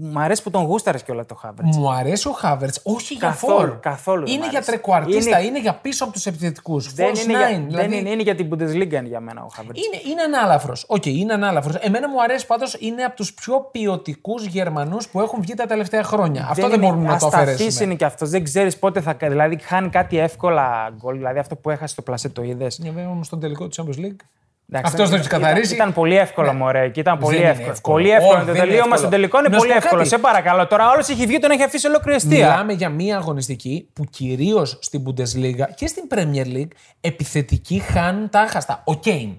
S2: Μ' αρέσει που τον γούσταρες και όλα το Χάβερτ.
S1: Μου αρέσει ο Χάβερτ, όχι για
S2: Καθόλου,
S1: φόρ.
S2: καθόλου δεν
S1: Είναι
S2: μ'
S1: για
S2: αρέσει.
S1: τρεκουαρτίστα, είναι...
S2: Είναι-
S1: για πίσω από τους επιθετικούς.
S2: Δεν, είναι για, δεν
S1: δηλαδή...
S2: είναι, είναι για την Bundesliga για μένα ο Χάβερτ.
S1: Είναι, είναι ανάλαφρος. Οκ, είναι ανάλαφρος. Εμένα μου αρέσει πάντως είναι από τους πιο ποιοτικούς Γερμανούς που έχουν βγει τα τελευταία χρόνια. Αυτό δεν
S2: είναι-
S1: μπορούμε να το
S2: ασταθής
S1: αφαιρέσουμε.
S2: είναι και αυτός. Δεν ξέρεις πότε θα. κα- Δηλαδή, χάνει κάτι εύκολα γκολ. Δηλαδή, αυτό που έχασε το πλασέ το είδες.
S1: Ναι, βέβαια όμως στον τελικό του Champions League.
S2: Εντάξει,
S1: Αυτός
S2: ήταν-
S1: δεν τους καθαρίζει.
S2: Ήταν, ήταν πολύ εύκολο, ναι. μωρέ. Και ήταν πολύ
S1: είναι
S2: εύκολο.
S1: εύκολο.
S2: Πολύ εύκολο.
S1: Όχι,
S2: το
S1: δεν είναι
S2: τελείωμα
S1: εύκολο.
S2: στον τελικό είναι
S1: Να σου
S2: πολύ
S1: πω κάτι. Ναι,
S2: εύκολο. Σε παρακαλώ. Τώρα όλος έχει βγει, τον έχει αφήσει ολόκληρη αιστεία.
S1: Μιλάμε για μία αγωνιστική που κυρίως στην Bundesliga και στην Premier League επιθετικοί χάνουν τα άχαστα. Ο Κέιν.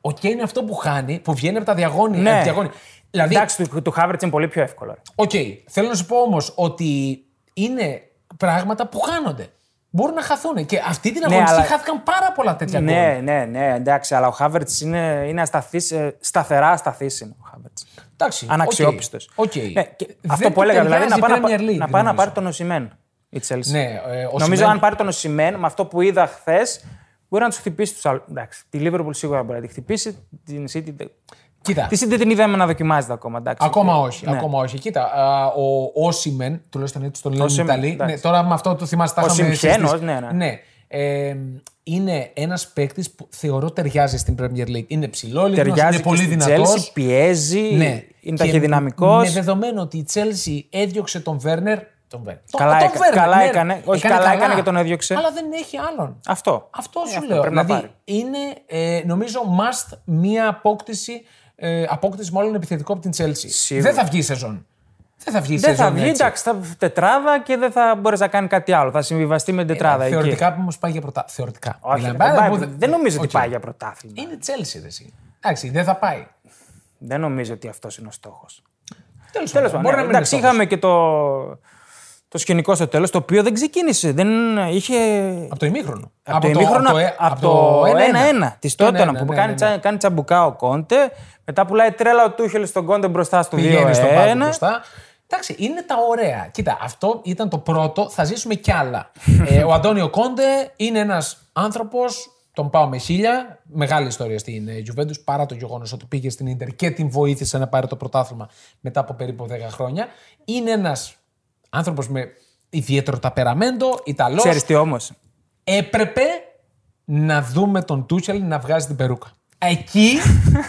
S1: Ο Κέιν είναι αυτό που χάνει, που βγαίνει από τα διαγώνια.
S2: Ναι.
S1: από τη διαγώνια. Δηλαδή,
S2: Εντάξει, του, του Χάβερτ είναι πολύ πιο εύκολο. ρε.
S1: Οκ. Θέλω να σου πω όμως ότι είναι πράγματα που χάνονται. Μπορούν να χαθούν. Και αυτή την αγωνιστική
S2: Ναι, αλλά-
S1: χάθηκαν πάρα πολλά τέτοια γκολ.
S2: Ναι, ναι, ναι, εντάξει, αλλά ο Χάβερτ είναι, είναι ασταθής, ε, σταθερά ασταθή είναι ο Χάβερτ.
S1: Εντάξει,
S2: Αναξιόπιστος.
S1: οκ. Δεν
S2: Ναι, αυτό που
S1: του
S2: έλεγα, δηλαδή να
S1: ταιριάζει
S2: πάει
S1: η
S2: να,
S1: Premier League,
S2: να, πάει να
S1: νομίζω.
S2: πάρει τον Οσημέν η Chelsea.
S1: Ναι, ε, ο
S2: Νομίζω
S1: Osimhen-
S2: αν πάρει τον Οσημέν με αυτό που είδα χθες, μπορεί να τους χτυπήσει τους άλλους. Εντάξει, τη Liverpool σίγουρα μπορεί να τη χτυπήσει. Την City. δεν-
S1: Κοίτα.
S2: Τη City την είδαμε να δοκιμάζεται ακόμα. Εντάξει.
S1: Ακόμα όχι,
S2: Ναι.
S1: ακόμα όχι. Κοίτα, α, ο Όσιμεν, τουλάχιστον έτσι τον λένε οι
S2: Osimhen,
S1: Ιταλοί.
S2: εντάξει.
S1: Ναι, τώρα με αυτό το θυμάστε. τα είχαμε
S2: Osimhen,
S1: συζητήσει.
S2: ναι, ναι.
S1: Ε, είναι ένας παίκτης που θεωρώ ταιριάζει στην Premier League. Είναι ψηλό,
S2: Ταιριάζει
S1: είναι
S2: και
S1: πολύ
S2: στην
S1: δυνατός.
S2: Chelsea, πιέζει,
S1: Ναι.
S2: είναι
S1: Και
S2: ταχυδυναμικός.
S1: Με δεδομένο ότι η Chelsea έδιωξε τον Βέρνερ. Τον Βέρνερ. Τον-
S2: Καλά
S1: τον
S2: έκα-
S1: Βέρνερ,
S2: καλά
S1: ναι.
S2: έκανε. Όχι, καλά έκανε και τον έδιωξε.
S1: Αλλά δεν έχει άλλον.
S2: Αυτό.
S1: Αυτό
S2: Ε,
S1: σου λέω.
S2: πρέπει να
S1: Δηλαδή
S2: πάρει.
S1: είναι ε, νομίζω must μία απόκτηση, ε, απόκτηση μάλλον επιθετικό από την Chelsea.
S2: Σίγουρα.
S1: Δεν θα βγει η σεζόν. Δεν θα βγει η
S2: Δεν
S1: σεζόν.
S2: θα βγει,
S1: έτσι.
S2: εντάξει, θα τετράδα και δεν θα μπορεί να κάνει κάτι άλλο. Θα συμβιβαστεί με την τετράδα. εκεί.
S1: Θεωρητικά που όμως πάει για πρωτάθλημα. Θεωρητικά.
S2: Όχι,
S1: Μιλάμε
S2: δεν,
S1: πάρα
S2: πάει-
S1: πολύ-
S2: δεν νομίζω ότι
S1: Οκ.
S2: πάει για πρωτάθλημα.
S1: Είναι Chelsea, ρε, εσύ. Εντάξει, δεν θα πάει.
S2: Δεν νομίζω ότι αυτός είναι ο στόχος.
S1: Τέλος
S2: Τέλος πάντων.
S1: Μπορεί
S2: ναι.
S1: να μην
S2: Εντάξει,
S1: είναι στόχος.
S2: είχαμε και το, το σκηνικό στο τέλος, το οποίο δεν ξεκίνησε. Δεν είχε.
S1: Από το ημίχρονο.
S2: Από το ημίχρονο,
S1: ε-
S2: από το 1-1 τη
S1: Το
S2: Τότανα
S1: 1-1,
S2: που
S1: ναι,
S2: κάνει,
S1: ναι,
S2: τσα-
S1: ναι.
S2: κάνει τσαμπουκά ο Κόντε. Μετά πουλάει τρέλα ο Τούχελ στον Κόντε μπροστά στο 2-1.
S1: Πηγαίνει στον πάγκο μπροστά. Εντάξει, είναι τα ωραία. Κοίτα, αυτό ήταν το πρώτο. Θα ζήσουμε κι άλλα. ε, ο Αντώνιο Κόντε είναι ένας άνθρωπος. Τον πάω με χίλια. Μεγάλη ιστορία στην ε, Juventus παρά το γεγονός ότι πήγε στην Ιντερ και την βοήθησε να πάρει το πρωτάθλημα μετά από περίπου 10 χρόνια. Είναι ένας άνθρωπος με ιδιαίτερο ταπεραμέντο, Ιταλός.
S2: Ξέρεις τι όμως.
S1: Έπρεπε να δούμε τον Τούχελ να βγάζει την περούκα. Εκεί,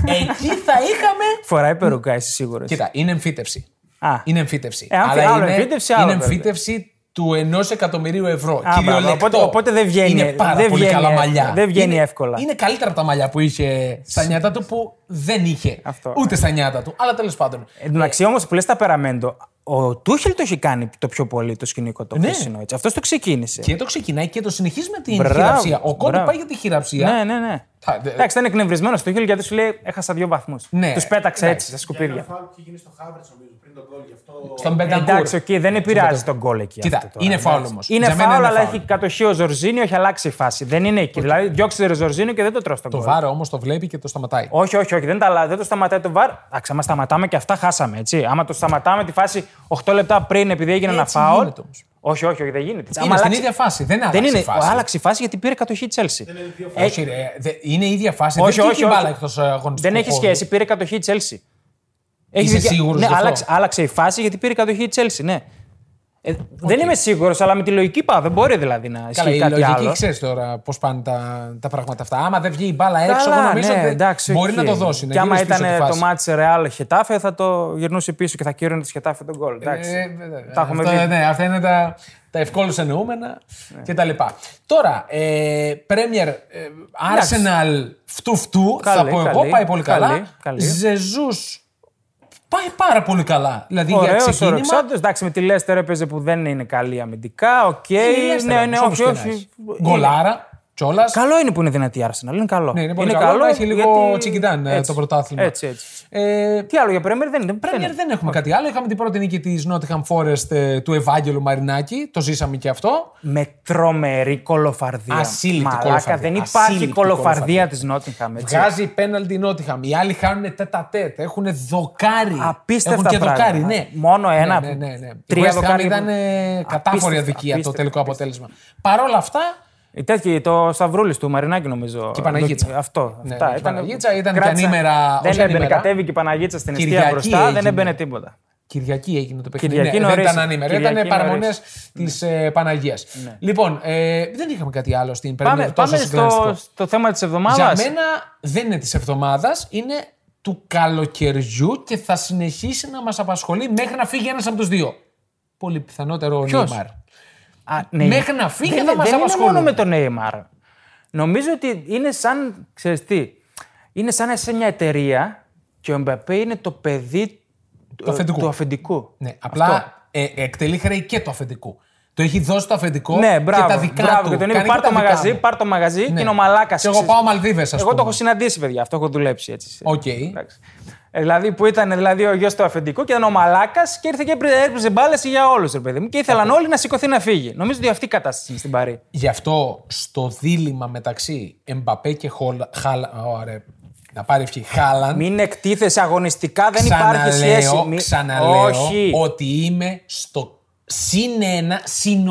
S1: εκεί θα είχαμε.
S2: Φοράει περουκά, είσαι σίγουρος.
S1: Κοίτα, είναι εμφύτευση.
S2: Α,
S1: Είναι εμφύτευση.
S2: Ε, αν- άλλο
S1: είναι,
S2: εμφύτευση, άλλο
S1: είναι
S2: βέβαια.
S1: εμφύτευση του ενός εκατομμυρίου ευρώ.
S2: Α,
S1: Κυριολεκτό.
S2: μπράβο. Οπότε- οπότε δεν βγαίνει-
S1: Είναι πάρα
S2: δεν
S1: πολύ
S2: βγαίνει
S1: καλά
S2: εύκολα.
S1: μαλλιά.
S2: Δεν βγαίνει
S1: Είναι-
S2: εύκολα.
S1: Είναι καλύτερα από τα μαλλιά που είχε στα νιάτα του που δεν είχε.
S2: Αυτό.
S1: Ούτε στα νιάτα του. Αλλά τέλος πάντων.
S2: Εν τω μεταξύ όμως που λες ταπεραμέντο, ο Τούχελ το έχει κάνει το πιο πολύ το σκηνικό το
S1: Ναι.
S2: χθεσινό. έτσι. Αυτός το ξεκίνησε.
S1: Και το ξεκινάει και το συνεχίζει με την
S2: Μπράβο,
S1: χειραψία. Ο Κόντε
S2: μπράβο.
S1: πάει για τη χειραψία.
S2: Ναι, ναι, ναι.
S1: Α, δε-
S2: Εντάξει, ήταν εκνευρισμένο το Χίλ γιατί σου λέει: Έχασα δύο βαθμούς.
S1: Ναι.
S2: Τους
S1: Εντάξει.
S2: πέταξε έτσι στα
S3: Για ένα
S2: σκουπίδια.
S3: φάουλ που είχε γίνει στο Χάβερτ, νομίζω, πριν τον γκολ γι' αυτό.
S1: Στον Μπενταγκούρ.
S2: Εντάξει, οκ, δεν επηρεάζει τον γκολ εκεί.
S1: Κοίτα,
S2: αυτό τώρα,
S1: είναι
S2: εντάξει.
S1: φάουλ όμως.
S2: Είναι
S1: Για μένα
S2: φάουλ,
S1: είναι
S2: αλλά
S1: φάουλ.
S2: έχει κατοχή ο Ζορζίνιο, έχει αλλάξει η φάση. Δεν είναι εκεί. Δηλαδή, διώξει τον Ζορζίνιο και δεν το τρώσει τον
S1: Το
S2: γκολ.
S1: βάρο όμως το βλέπει και το σταματάει.
S2: Όχι, όχι, όχι, δεν, τα, αλλάζει, δεν το σταματάει το βαρ. Εντάξει, άμα σταματάμε και αυτά, χάσαμε. Έτσι. Άμα το σταματάμε τη φάση 8 λεπτά πριν επειδή έγινε ένα
S1: Έτσι
S2: φάουλ.
S1: γίνεται όμως.
S2: Όχι, όχι, όχι, δεν γίνεται. έτσι.
S1: Είναι
S2: Άμα
S1: στην
S2: αλλάξει-
S1: ίδια φάση. Δεν άλλαξε
S2: Δεν είναι.
S1: η φάση.
S2: Άλλαξε η φάση γιατί πήρε κατοχή η Ε, Τσέλση.
S1: Όχι, ρε, δε- είναι η ίδια φάση.
S2: Όχι,
S1: δεν
S2: όχι,
S1: βγήκε η μπάλα
S2: όχι.
S1: εκτός ε, αγωνιστικού
S2: Δεν έχει
S1: χώρου.
S2: σχέση, πήρε κατοχή η Τσέλση.
S1: Είσαι σίγουρος
S2: Ναι,
S1: γι' αυτό?
S2: άλλαξε, άλλαξε η φάση γιατί πήρε κατοχή η Τσέλση, ναι. Ε, Δεν είμαι σίγουρος, αλλά με τη λογική πάω. Δεν μπορεί δηλαδή να
S1: Καλά,
S2: ισχύει
S1: η
S2: κάτι
S1: λογική
S2: άλλο.
S1: ξέρεις τώρα πώς πάνε τα, τα πράγματα αυτά. Άμα δεν βγει η μπάλα έξω, εγώ νομίζω
S2: ναι,
S1: ότι
S2: εντάξει,
S1: μπορεί
S2: οκ.
S1: να το δώσει.
S2: Και άμα ήταν
S1: ήταν
S2: το μάτι Ρεάλ Χετάφε, θα το γυρνούσε πίσω και θα κύρωνε της Χετάφε τον
S1: Ε,
S2: γκολ. Εντάξει. τα έχουμε
S1: αυτά,
S2: δει. Ναι.
S1: ναι, αυτά είναι τα, τα ευκόλους εννοούμενα κτλ. Τώρα, ε, Premier ε, Arsenal φτου-φτου, θα
S2: Καλή,
S1: πω εγώ,
S2: καλή,
S1: πάει πολύ
S2: καλή,
S1: καλά.
S2: καλή.
S1: Ζεζούς πάει πάρα πολύ καλά. Δηλαδή για
S2: Ωραίος ο
S1: ξεκίνημα.
S2: Ρεξάντο. Εντάξει, με τη Λέστερ έπαιζε που δεν είναι καλή αμυντικά. Οκ.
S1: Ε, η Leicester
S2: Ναι, ναι,
S1: όμως, όπως
S2: όχι,
S1: και να έχει.
S2: όχι. Είναι-
S1: Γκολάρα, κιόλας.
S2: Καλό είναι που είναι δυνατή η Arsenal. Είναι καλό.
S1: Ναι, είναι πολύ καλό. να έχει λίγο
S2: γιατί-
S1: τσιγκιντάν ε,
S2: έτσι,
S1: το πρωτάθλημα.
S2: Έτσι, έτσι.
S1: Ε,
S2: Τι άλλο για Premier δεν είναι.
S1: Premier δεν έχουμε κάτι άλλο. Είχαμε την πρώτη νίκη της Nottingham Forest ε, του Ευάγγελου Μαρινάκη. Το ζήσαμε και αυτό.
S2: Με τρομερή κολοφαρδία.
S1: Ασύλληπτη
S2: Μαλάκα,
S1: κολοφαρδία.
S2: δεν υπάρχει
S1: Ασύλληπτη κολοφαρδία.
S2: κολοφαρδία της Νότιγχαμ. Έτσι.
S1: Βγάζει πέναλτι η Nottingham. Οι άλλοι χάνουν τέτα τέτ. Έχουν δοκάρι.
S2: Απίστευτα
S1: Έχουν και
S2: πράγματα.
S1: δοκάρι, ναι.
S2: Μόνο ένα.
S1: Ναι, ναι, ναι, ναι.
S2: Τρία
S1: Τρία δοκάρι.
S2: δοκάρι.
S1: Ήταν ε, κατάφορη
S2: Απίστευτα,
S1: αδικία το
S2: απίστευτα,
S1: τελικό αποτέλεσμα. Παρ' όλα αυτά,
S2: Η τέτοια, το Σταυρούλη του Μαρινάκη, νομίζω.
S1: Και η Παναγίτσα.
S2: Το- Αυτό.
S1: Ναι,
S2: αυτά.
S1: η Παναγίτσα ήταν και ανήμερα ως
S2: Δεν έμπαινε,
S1: ανήμερα.
S2: κατέβηκε η Παναγίτσα στην εστία
S1: Κυριακή
S2: μπροστά, δεν
S1: έγινε.
S2: έμπαινε τίποτα.
S1: Κυριακή έγινε το παιχνίδι.
S2: Κυριακή
S1: ναι, δεν
S2: νωρίς.
S1: ήταν ανήμερο. Ήταν
S2: Κυριακή
S1: παραμονές τη Παναγίας.
S2: Ναι.
S1: Λοιπόν, ε, δεν είχαμε κάτι άλλο στην Premier
S2: Πάμε,
S1: τόσο
S2: πάμε στο,
S1: συγκλονιστικό.
S2: στο θέμα της
S1: Για
S2: εβδομάδα.
S1: μένα δεν είναι της εβδομάδας, είναι του καλοκαιριού και θα συνεχίσει να μας απασχολεί μέχρι να φύγει ένας από τους δύο. Πολύ πιθανότερο ο
S2: Ποιος?
S1: Νίμαρ.
S2: ναι.
S1: Μέχρι να φύγει
S2: δεν,
S1: θα μας
S2: δεν είναι
S1: απασχολούν.
S2: μόνο με τον Neymar. Νομίζω ότι είναι σαν, ξέρεις τι, είναι σαν να είσαι μια εταιρεία και ο Μπαπέ είναι το παιδί του
S1: αφεντικού.
S2: του αφεντικού.
S1: Ναι, απλά ε, εκτελεί χρέη και του αφεντικού. Το έχει δώσει το αφεντικό
S2: Ναι, μπράβο.
S1: και τα δικά
S2: μπράβο,
S1: του.
S2: Και τον είπε,
S1: Κάνει
S2: πάρ
S1: και τα
S2: το
S1: δικά
S2: μαγαζί,
S1: μου».
S2: πάρ το μαγαζί
S1: Ναι.
S2: και είναι ο μαλάκας.
S1: Και εγώ πάω Μαλδίβες, ας
S2: Εγώ
S1: πούμε.
S2: το έχω συναντήσει, παιδιά, αυτό έχω δουλέψει έτσι.
S1: Οκ.
S2: Εντάξει. Ε, δηλαδή που ήταν δηλαδή, ο γιος του αφεντικού και ήταν ο μαλάκας και ήρθε και έπρεπε- έπαιζε μπάλες για όλους, ρε παιδί μου. Και ήθελαν όλοι να σηκωθεί να φύγει. Νομίζω ότι αυτή η κατάσταση είναι στην Παρή.
S1: Γι' αυτό στο δίλημα μεταξύ Εμπαπέ και Χολ... Χάλα... Ωραία, να πάρει ευχή. Χάλαν.
S2: Μην εκτίθεσαι αγωνιστικά, δεν υπάρχει σχέση.
S1: ξαναλέω,
S2: Μη-
S1: ξαναλέω
S2: Όχι.
S1: ότι είμαι στο συν ένα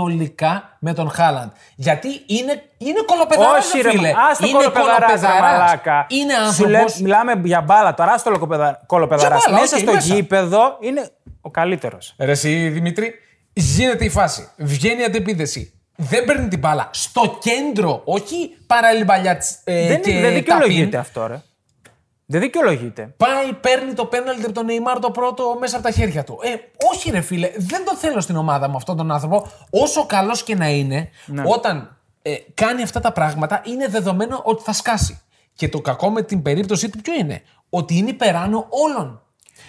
S1: συνολικά με τον Χάλαντ. Γιατί είναι, είναι κολοπεδαράς,
S2: Όχι,
S1: ρε
S2: ρε,
S1: φίλε.
S2: άστο
S1: είναι
S2: κολοπεδαράς, ρε
S1: κολοπεδαράς.
S2: μαλάκα.
S1: Είναι
S2: Σου λέω,
S1: άνθρωπος.
S2: μιλάμε για μπάλα τώρα, άστο κολοπεδα- κολοπεδαράς.
S1: Για μπάλα,
S2: Μέσα
S1: οκ,
S2: στο
S1: μέσα.
S2: γήπεδο είναι ο καλύτερος.
S1: Ρε εσύ, Δημήτρη, γίνεται η φάση. Βγαίνει η αντεπίδεση. Δεν παίρνει την μπάλα. Στο κέντρο, όχι παραλυμπαλιά της, ε,
S2: δεν,
S1: και
S2: δεν δικαιολογείται
S1: ταπίν.
S2: αυτό, ρε. Δεν δικαιολογείται.
S1: Πάει, παίρνει το πέναλτι από τον Νεϊμάρ το πρώτο μέσα από τα χέρια του. Ε, όχι ρε φίλε, δεν τον θέλω στην ομάδα μου αυτόν τον άνθρωπο. Όσο καλός και να είναι,
S2: Ναι.
S1: όταν ε, κάνει αυτά τα πράγματα, είναι δεδομένο ότι θα σκάσει. Και το κακό με την περίπτωσή του ποιο είναι, ότι είναι υπεράνω όλων.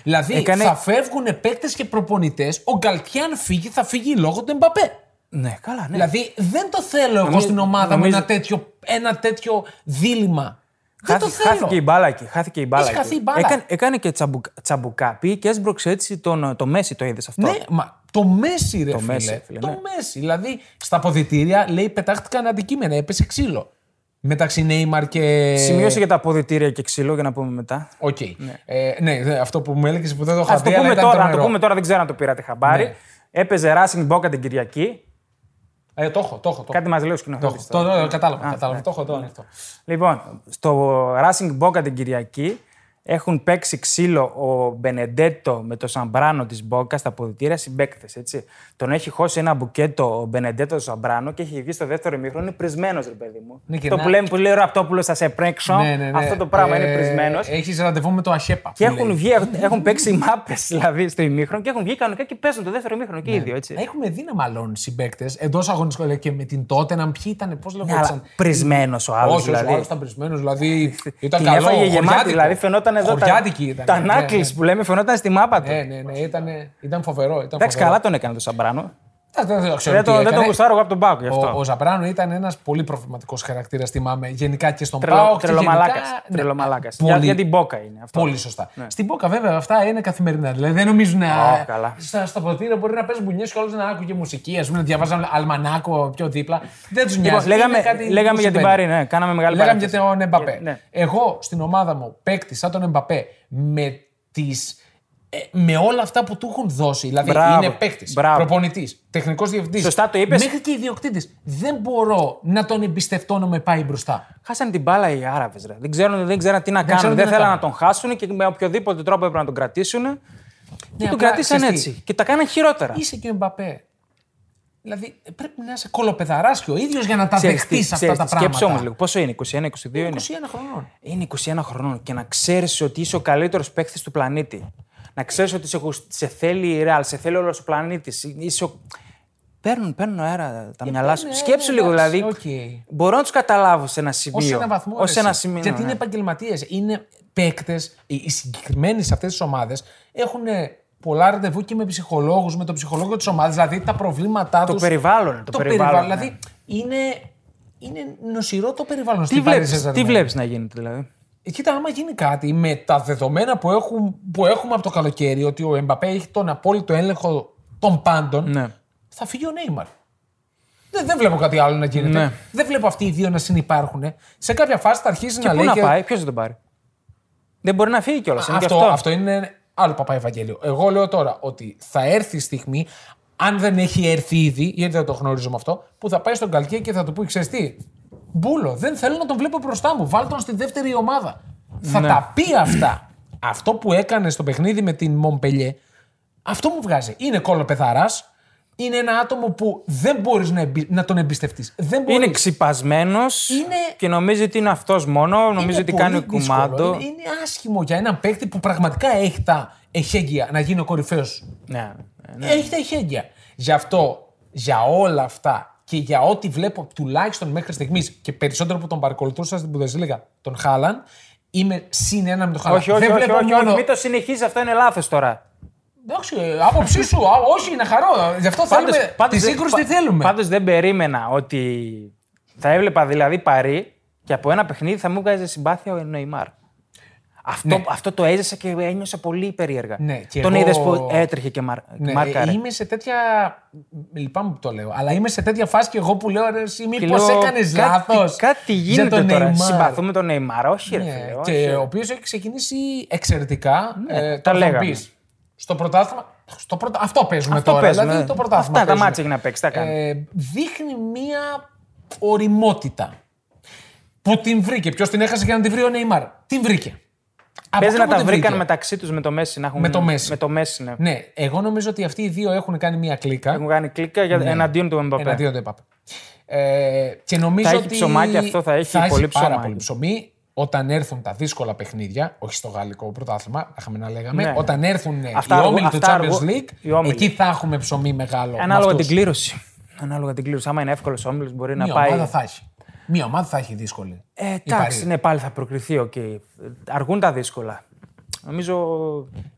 S1: Δηλαδή
S2: Έκανε-
S1: θα φεύγουν παίκτες και προπονητές. Ο Γκαλτιάν φύγει, θα φύγει λόγω του Εμπαπέ.
S2: Ναι, καλά, ναι.
S1: Δηλαδή δεν το θέλω εγώ στην ομάδα μου
S2: νομίζω-
S1: ένα τέτοιο, ένα τέτοιο δίλημα. Δεν το
S2: Χάθηκε,
S1: θέλω.
S2: χάθηκε η μπάλα εκεί. Χάθηκε η μπάλα
S1: Έχει
S2: εκεί.
S1: χαθεί η μπάλα.
S2: Έκανε, έκανε και τσαμπουκά, τσαμπουκά. Πήγε και έσπρωξε έτσι τον, το Μέση, το είδες αυτό.
S1: Ναι, μα το Μέση, ρε
S2: Το
S1: φίλε.
S2: Messi, φίλε,
S1: το
S2: ναι.
S1: Μέση. Δηλαδή στα αποδητήρια λέει πετάχτηκαν αντικείμενα, έπεσε ξύλο. Μεταξύ Νέιμαρ και.
S2: Σημείωσε για τα αποδητήρια και ξύλο για να πούμε μετά.
S1: Οκ. Ναι. Ε, ναι, δε, αυτό που μου έλεγες που δεν το είχα
S2: Α
S1: δει.
S2: το
S1: αλλά
S2: πούμε
S1: ήταν
S2: τώρα, να το
S1: τρομερό.
S2: πούμε τώρα, δεν ξέρω αν το πήρατε χαμπάρι.
S1: Ναι.
S2: Έπαιζε Racing Boca την Κυριακή.
S1: Ε, το έχω, το έχω. Το
S2: Κάτι μας λέει ο
S1: το έχω.
S2: σκηνοθέτη.
S1: Το, το, το, κατάλαβα, κατάλαβα.
S2: ναι.
S1: Το έχω, το ανοιχτό.
S2: Λοιπόν, στο Racing Boca την Κυριακή έχουν παίξει ξύλο ο Μπενεντέτο με το Σαμπράνο της Μπόκας στα αποδητήρια συμπέκτε. Τον έχει χώσει ένα μπουκέτο ο Μπενεντέτο στο Σαμπράνο και έχει βγει στο δεύτερο ημίχρονο. Είναι πρισμένο, ρε παιδί μου.
S1: Ναι, και
S2: το
S1: να-
S2: που λέμε που λέει ο Ραπτόπουλος, θα σε πρέξω.
S1: Ναι, ναι, ε, ναι.
S2: Αυτό το πράγμα είναι πρισμένο.
S1: Έχεις ραντεβού με το Αχέπα.
S2: Και
S1: που
S2: έχουν,
S1: λέει.
S2: βγει, έχουν παίξει μάπες δηλαδή στο ημίχρονο και έχουν βγει κανονικά και παίζουν το δεύτερο ημίχρονο
S1: Ναι.
S2: και οι δύο. Έτσι.
S1: Έχουμε δει να μαλώνουν συμπαίκτες εντός αγωνιστικών δηλαδή, και με την τότε να ποιοι ήταν, πώς
S2: Ναι, αλλά
S1: λεγόταν.
S2: πρισμένο ο άλλος.
S1: Όχι,
S2: δηλαδή.
S1: ο άλλος ήταν πρισμένο, δηλαδή. Ήταν
S2: Την
S1: καλό.
S2: έφαγε γεμάτη,
S1: χωριάτικο.
S2: δηλαδή φαινόταν εδώ. Τα,
S1: Χωριάτικη ήταν.
S2: τα
S1: ναι,
S2: νάκλεις
S1: ναι.
S2: που λέμε φαινόταν στη μάπα του.
S1: Ναι, ναι, ναι, ήταν, ήταν φοβερό. Ήταν
S2: Εντάξει,
S1: φοβερό.
S2: καλά τον έκανε το Σαμπράνο.
S1: Εντάξει, δεν, ξέρω
S2: Δεν,
S1: τι
S2: το, δεν
S1: έκανε.
S2: τον γουστάρω εγώ από τον Πάκο γι' αυτό.
S1: Ο, ο Ζαπράνο ήταν ένας πολύ προβληματικός χαρακτήρας, θυμάμαι, γενικά και στον
S2: Τρελο-
S1: Πάο.
S2: τρελομαλάκας, τρελομαλάκας. Για-
S1: ναι, Πολύ,
S2: για την Μπόκα είναι αυτό. Ναι.
S1: Πολύ σωστά. Στην Μπόκα, βέβαια, αυτά είναι καθημερινά. Δηλαδή δεν νομίζουν.
S2: Α, καλά.
S1: Στα, στα ποτήρια μπορεί να παίζουν μπουνιές και όλο να άκουγε μουσική, ας πούμε, να διαβάζαν αλμανάκο πιο δίπλα. Δεν τους
S2: Λοιπόν,
S1: νοιάζει.
S2: λέγαμε,
S1: Είναι κάτι που
S2: λέγαμε για την
S1: συμβαίνει.
S2: Παρή, ναι, κάναμε μεγάλη
S1: Λέγαμε για
S2: παρένθεση.
S1: τον Εμπαπέ.
S2: Ναι.
S1: Εγώ στην ομάδα μου παίκτη σαν τον Εμπαπέ με, τις, ε, με όλα αυτά που του έχουν δώσει. Δηλαδή
S2: Μπράβο.
S1: είναι παίκτης,
S2: Μπράβο.
S1: προπονητής, τεχνικός διευθυντής.
S2: Σωστά το είπες.
S1: Μέχρι και ιδιοκτήτης. Δεν μπορώ να τον εμπιστευτώ να με πάει μπροστά.
S2: Χάσανε την μπάλα οι Άραβες. Δεν ξέρουν, δεν ξέραν τι να
S1: ξέρουν
S2: κάνουν.
S1: τι
S2: Δεν
S1: να
S2: θέλαν να
S1: κάνουν. Ναι,
S2: τον χάσουν και με οποιοδήποτε τρόπο έπρεπε να τον κρατήσουν. Και τον
S1: απλά,
S2: κρατήσαν
S1: ξέρεις τι,
S2: έτσι. Και τα κάναν χειρότερα.
S1: Είσαι και ο Εμπαπέ. Δηλαδή πρέπει να είσαι κολοπεδαρά και ο ίδιος για να τα
S2: Ξέρεις τι,
S1: δεχτείς αυτά
S2: ξέρεις
S1: τα
S2: τι, Σκέψου όμω
S1: πράγματα.
S2: λίγο. Πόσο είναι, 21, 22 είναι.
S1: 21 χρονών.
S2: Είναι 21 χρονών και να ξέρεις ότι είσαι ο καλύτερος παίκτης του πλανήτη. Να ξέρεις ότι σε, γουσ- σε θέλει η Ρεάλ, σε θέλει όλος ο πλανήτης. Είσαι ο... Παίρνουν, παίρνουν αέρα τα μυαλά σου.
S1: παίρνουν,
S2: Σκέψου
S1: ε,
S2: λίγο
S1: εντάξει,
S2: δηλαδή.
S1: οκ.
S2: Μπορώ να τους καταλάβω σε ένα σημείο.
S1: Ως ένα βαθμό.
S2: Ως
S1: ρε,
S2: ένα
S1: εσύ.
S2: σημείο.
S1: Γιατί
S2: ναι.
S1: είναι επαγγελματίες. Είναι παίκτες. Οι συγκεκριμένοι σε αυτές τις ομάδες έχουν πολλά ραντεβού και με ψυχολόγους, με τον ψυχολόγο της ομάδας. Δηλαδή τα προβλήματά του.
S2: Το περιβάλλον. Το, περιβάλλον. ναι.
S1: Δηλαδή είναι, είναι νοσηρό το περιβάλλον
S2: Τι
S1: στην Paris
S2: βλέπεις,
S1: Saint-Germain. Ε,
S2: τι βλέπεις να γίνεται δηλαδή.
S1: Κοίτα, άμα γίνει κάτι με τα δεδομένα που, έχουν, που έχουμε από το καλοκαίρι, ότι ο Εμπαπέ έχει τον απόλυτο έλεγχο των πάντων,
S2: Ναι.
S1: θα φύγει ο Νέιμαρ. Δεν, δεν βλέπω κάτι άλλο να γίνεται.
S2: Ναι.
S1: Δεν βλέπω αυτοί οι δύο να συνεπάρχουν. Σε κάποια φάση θα αρχίσει
S2: Και
S1: να
S2: πού
S1: λέει.
S2: να
S1: και-
S2: πάει, ποιος θα τον πάρει. Δεν μπορεί να φύγει κιόλας.
S1: αυτό, αυτό. είναι άλλο παπά Ευαγγέλιο. Εγώ λέω τώρα ότι θα έρθει η στιγμή αν δεν έχει έρθει ήδη, γιατί δεν το γνωρίζουμε αυτό, που θα πάει στον Καλκέ και θα του πει: Ξέρεις τι, Μπούλο, δεν θέλω να τον βλέπω μπροστά μου. Βάλ τον στη δεύτερη ομάδα. Θα
S2: Ναι.
S1: τα πει αυτά. αυτό που έκανε στο παιχνίδι με την Μομπελιέ, αυτό μου βγάζει. Είναι κόλλο πεθαράς, Είναι ένα άτομο που δεν μπορείς να, εμπι- να τον εμπιστευτείς. Δεν μπορεί.
S2: Είναι ξυπασμένος
S1: Είναι-
S2: και νομίζει ότι είναι αυτός μόνος. Νομίζει ότι κάνει κουμάντο.
S1: Είναι, είναι άσχημο για έναν παίκτη που πραγματικά έχει τα εχέγγυα να γίνει ο κορυφαίος
S2: Ναι, ναι, ναι.
S1: Έχει τα ηχέγγυα. Γι' αυτό, για όλα αυτά και για ό,τι βλέπω τουλάχιστον μέχρι στιγμής και περισσότερο που τον παρακολουθούσα στην Πουδεσίλεγα, τον Χάλαν, είμαι συν ένα με τον Χάλαν.
S2: Όχι, όχι,
S1: Δεν
S2: όχι,
S1: βλέπω
S2: όχι,
S1: μόνο-
S2: όχι, μην το συνεχίσει, αυτό είναι λάθος τώρα.
S1: Εντάξει, ε, άποψή σου. α, όχι, να χαρώ. Γι' αυτό θέλουμε. τη σύγκρουση τι θέλουμε.
S2: Πάντως δεν περίμενα ότι θα έβλεπα δηλαδή παρή και από ένα παιχνίδι θα μου βγάζει συμπάθεια ο Νεϊμάρ. Αυτό, αυτό το έζησα και ένιωσα πολύ περίεργα.
S1: Ναι, και
S2: Τον
S1: εγώ-
S2: είδες που έτρεχε και μαρ...
S1: Ναι,
S2: μάρκαρε.
S1: ε, είμαι σε τέτοια. Λυπάμαι που το λέω, αλλά είμαι σε τέτοια φάση και εγώ που λέω ρε, εσύ,
S2: Και
S1: μήπως
S2: λέω,
S1: έκανες
S2: κάτι-
S1: λάθος.
S2: Κάτι γίνεται τώρα. Συμπαθούμε τον Νεϊμάρ, όχι, ρε
S1: Ναι,
S2: φίλε.
S1: και
S2: όχι. Ναι,
S1: ο οποίος έχει ξεκινήσει εξαιρετικά. ε,
S2: τα
S1: τώρα θα μου
S2: λέγαμε.
S1: πεις, στο πρωτάθλημα. Στο πρωτα... Αυτό παίζουμε
S2: Αυτό
S1: τώρα.
S2: παίζουμε,
S1: δηλαδή,
S2: ναι.
S1: το πρωτάθλημα
S2: Αυτά τα
S1: παίζουμε.
S2: μάτια έχει να παίξει, τα κάνει.
S1: Ε, δείχνει μία οριμότητα. Που την βρήκε. Ποιος την έχασε για να την βρει ο Νεϊμάρ. Την βρήκε. Από
S2: Παίζει να
S1: κάπου
S2: τα
S1: την
S2: βρήκαν
S1: βρήκε.
S2: μεταξύ τους με το Μέση να έχουν.
S1: Με το Μέση.
S2: Με το Μέση, ναι.
S1: Ναι, εγώ νομίζω ότι αυτοί οι δύο έχουν κάνει μία κλίκα.
S2: Έχουν κάνει κλίκα για... εναντίον του Μεμπαπέ.
S1: Ναι. Εναντίον του ΕΠΑΠΕ. Ε, και νομίζω
S2: Θα έχει
S1: ότι.
S2: ψωμάκι αυτό, θα έχει πολύ
S1: πάρα
S2: ψωμάκι.
S1: πολύ ψωμί. Όταν έρθουν τα δύσκολα παιχνίδια, όχι στο γαλλικό πρωτάθλημα, θα είχαμε να λέγαμε.
S2: Ναι.
S1: Όταν έρθουν
S2: Αυτά
S1: οι
S2: αργού-
S1: όμιλοι του
S2: αυτά αργού-
S1: Champions League,
S2: οι όμιλοι.
S1: εκεί θα έχουμε ψωμί μεγάλο. με
S2: Ανάλογα
S1: αυτούς.
S2: την κλήρωση. Ανάλογα την κλήρωση. Άμα είναι εύκολος όμιλος, μπορεί να
S1: Μία
S2: πάει.
S1: ομάδα θα έχει. Μία ομάδα θα έχει δύσκολη.
S2: Ε,
S1: Η Παρή.
S2: εντάξει, ναι, πάλι θα προκριθεί. οκ. Ε, Αργούν τα δύσκολα. Νομίζω.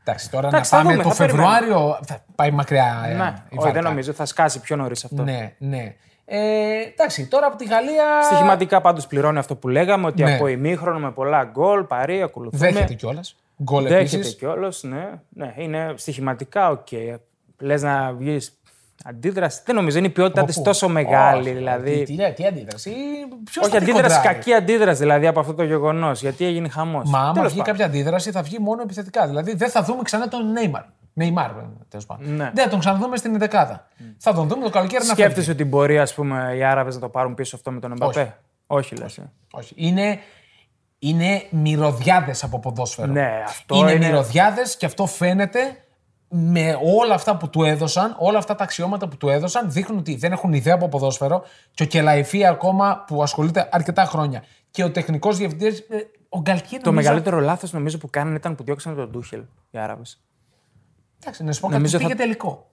S1: Εντάξει, τώρα
S2: Εντάξει, θα
S1: να πάμε
S2: δούμε,
S1: το
S2: θα περιμένουμε.
S1: Φεβρουάριο. Θα πάει μακριά. ε,
S2: ναι,
S1: η
S2: όχι,
S1: βάρκα.
S2: δεν νομίζω. Θα σκάσει πιο νωρίς αυτό.
S1: Ναι, ναι. Ε, εντάξει, τώρα από τη Γαλλία.
S2: Στοιχηματικά πάντως πληρώνει αυτό που λέγαμε ότι
S1: Ναι.
S2: από ημίχρονο με πολλά γκολ, παρή, ακολουθούμε.
S1: Δέχεται κιόλας. Γκολ
S2: Δέχεται
S1: επίση.
S2: κιόλας, ναι. ναι. Είναι στοιχηματικά οκ. Λες να βγεις αντίδραση. Δεν νομίζω. Είναι η ποιότητά της τόσο μεγάλη. δηλαδή.
S1: Τι, τι, τι αντίδραση. Ποιος
S2: Όχι
S1: θα τη
S2: αντίδραση,
S1: κοντράρει.
S2: κακή αντίδραση δηλαδή από αυτό το γεγονός. Γιατί έγινε χαμός.
S1: Μα άμα βγει κάποια αντίδραση θα βγει μόνο επιθετικά. Δηλαδή δεν θα δούμε ξανά τον Νέιμαρ. Νέιμαρ, τέλος πάντων.
S2: Ναι.
S1: Δεν θα τον ξαναδούμε στην δεκάδα. Θα τον δούμε το καλοκαίρι να φεύγει.
S2: Σκέφτεσαι ότι μπορεί ας πούμε, οι Άραβες να το πάρουν πίσω αυτό με τον Εμπαπέ. Όχι, λες.
S1: Όχι. Είναι, είναι μυρωδιάδες από ποδόσφαιρο.
S2: Ναι, αυτό
S1: είναι.
S2: είναι-
S1: μυρωδιάδες και αυτό φαίνεται με όλα αυτά που του έδωσαν, όλα αυτά τα αξιώματα που του έδωσαν, δείχνουν ότι δεν έχουν ιδέα από ποδόσφαιρο και ο Κελαϊφή ακόμα που ασχολείται αρκετά χρόνια. Και ο τεχνικός διευθυντής. Ο Γκαλκίδη.
S2: Το μεγαλύτερο λάθος νομίζω που κάνανε ήταν που διώξανε τον Ντούχελ οι Άραβες.
S1: Εντάξει, να σου πω κάτι.
S2: Νομίζω
S1: Τους πήγε
S2: θα-
S1: τελικό.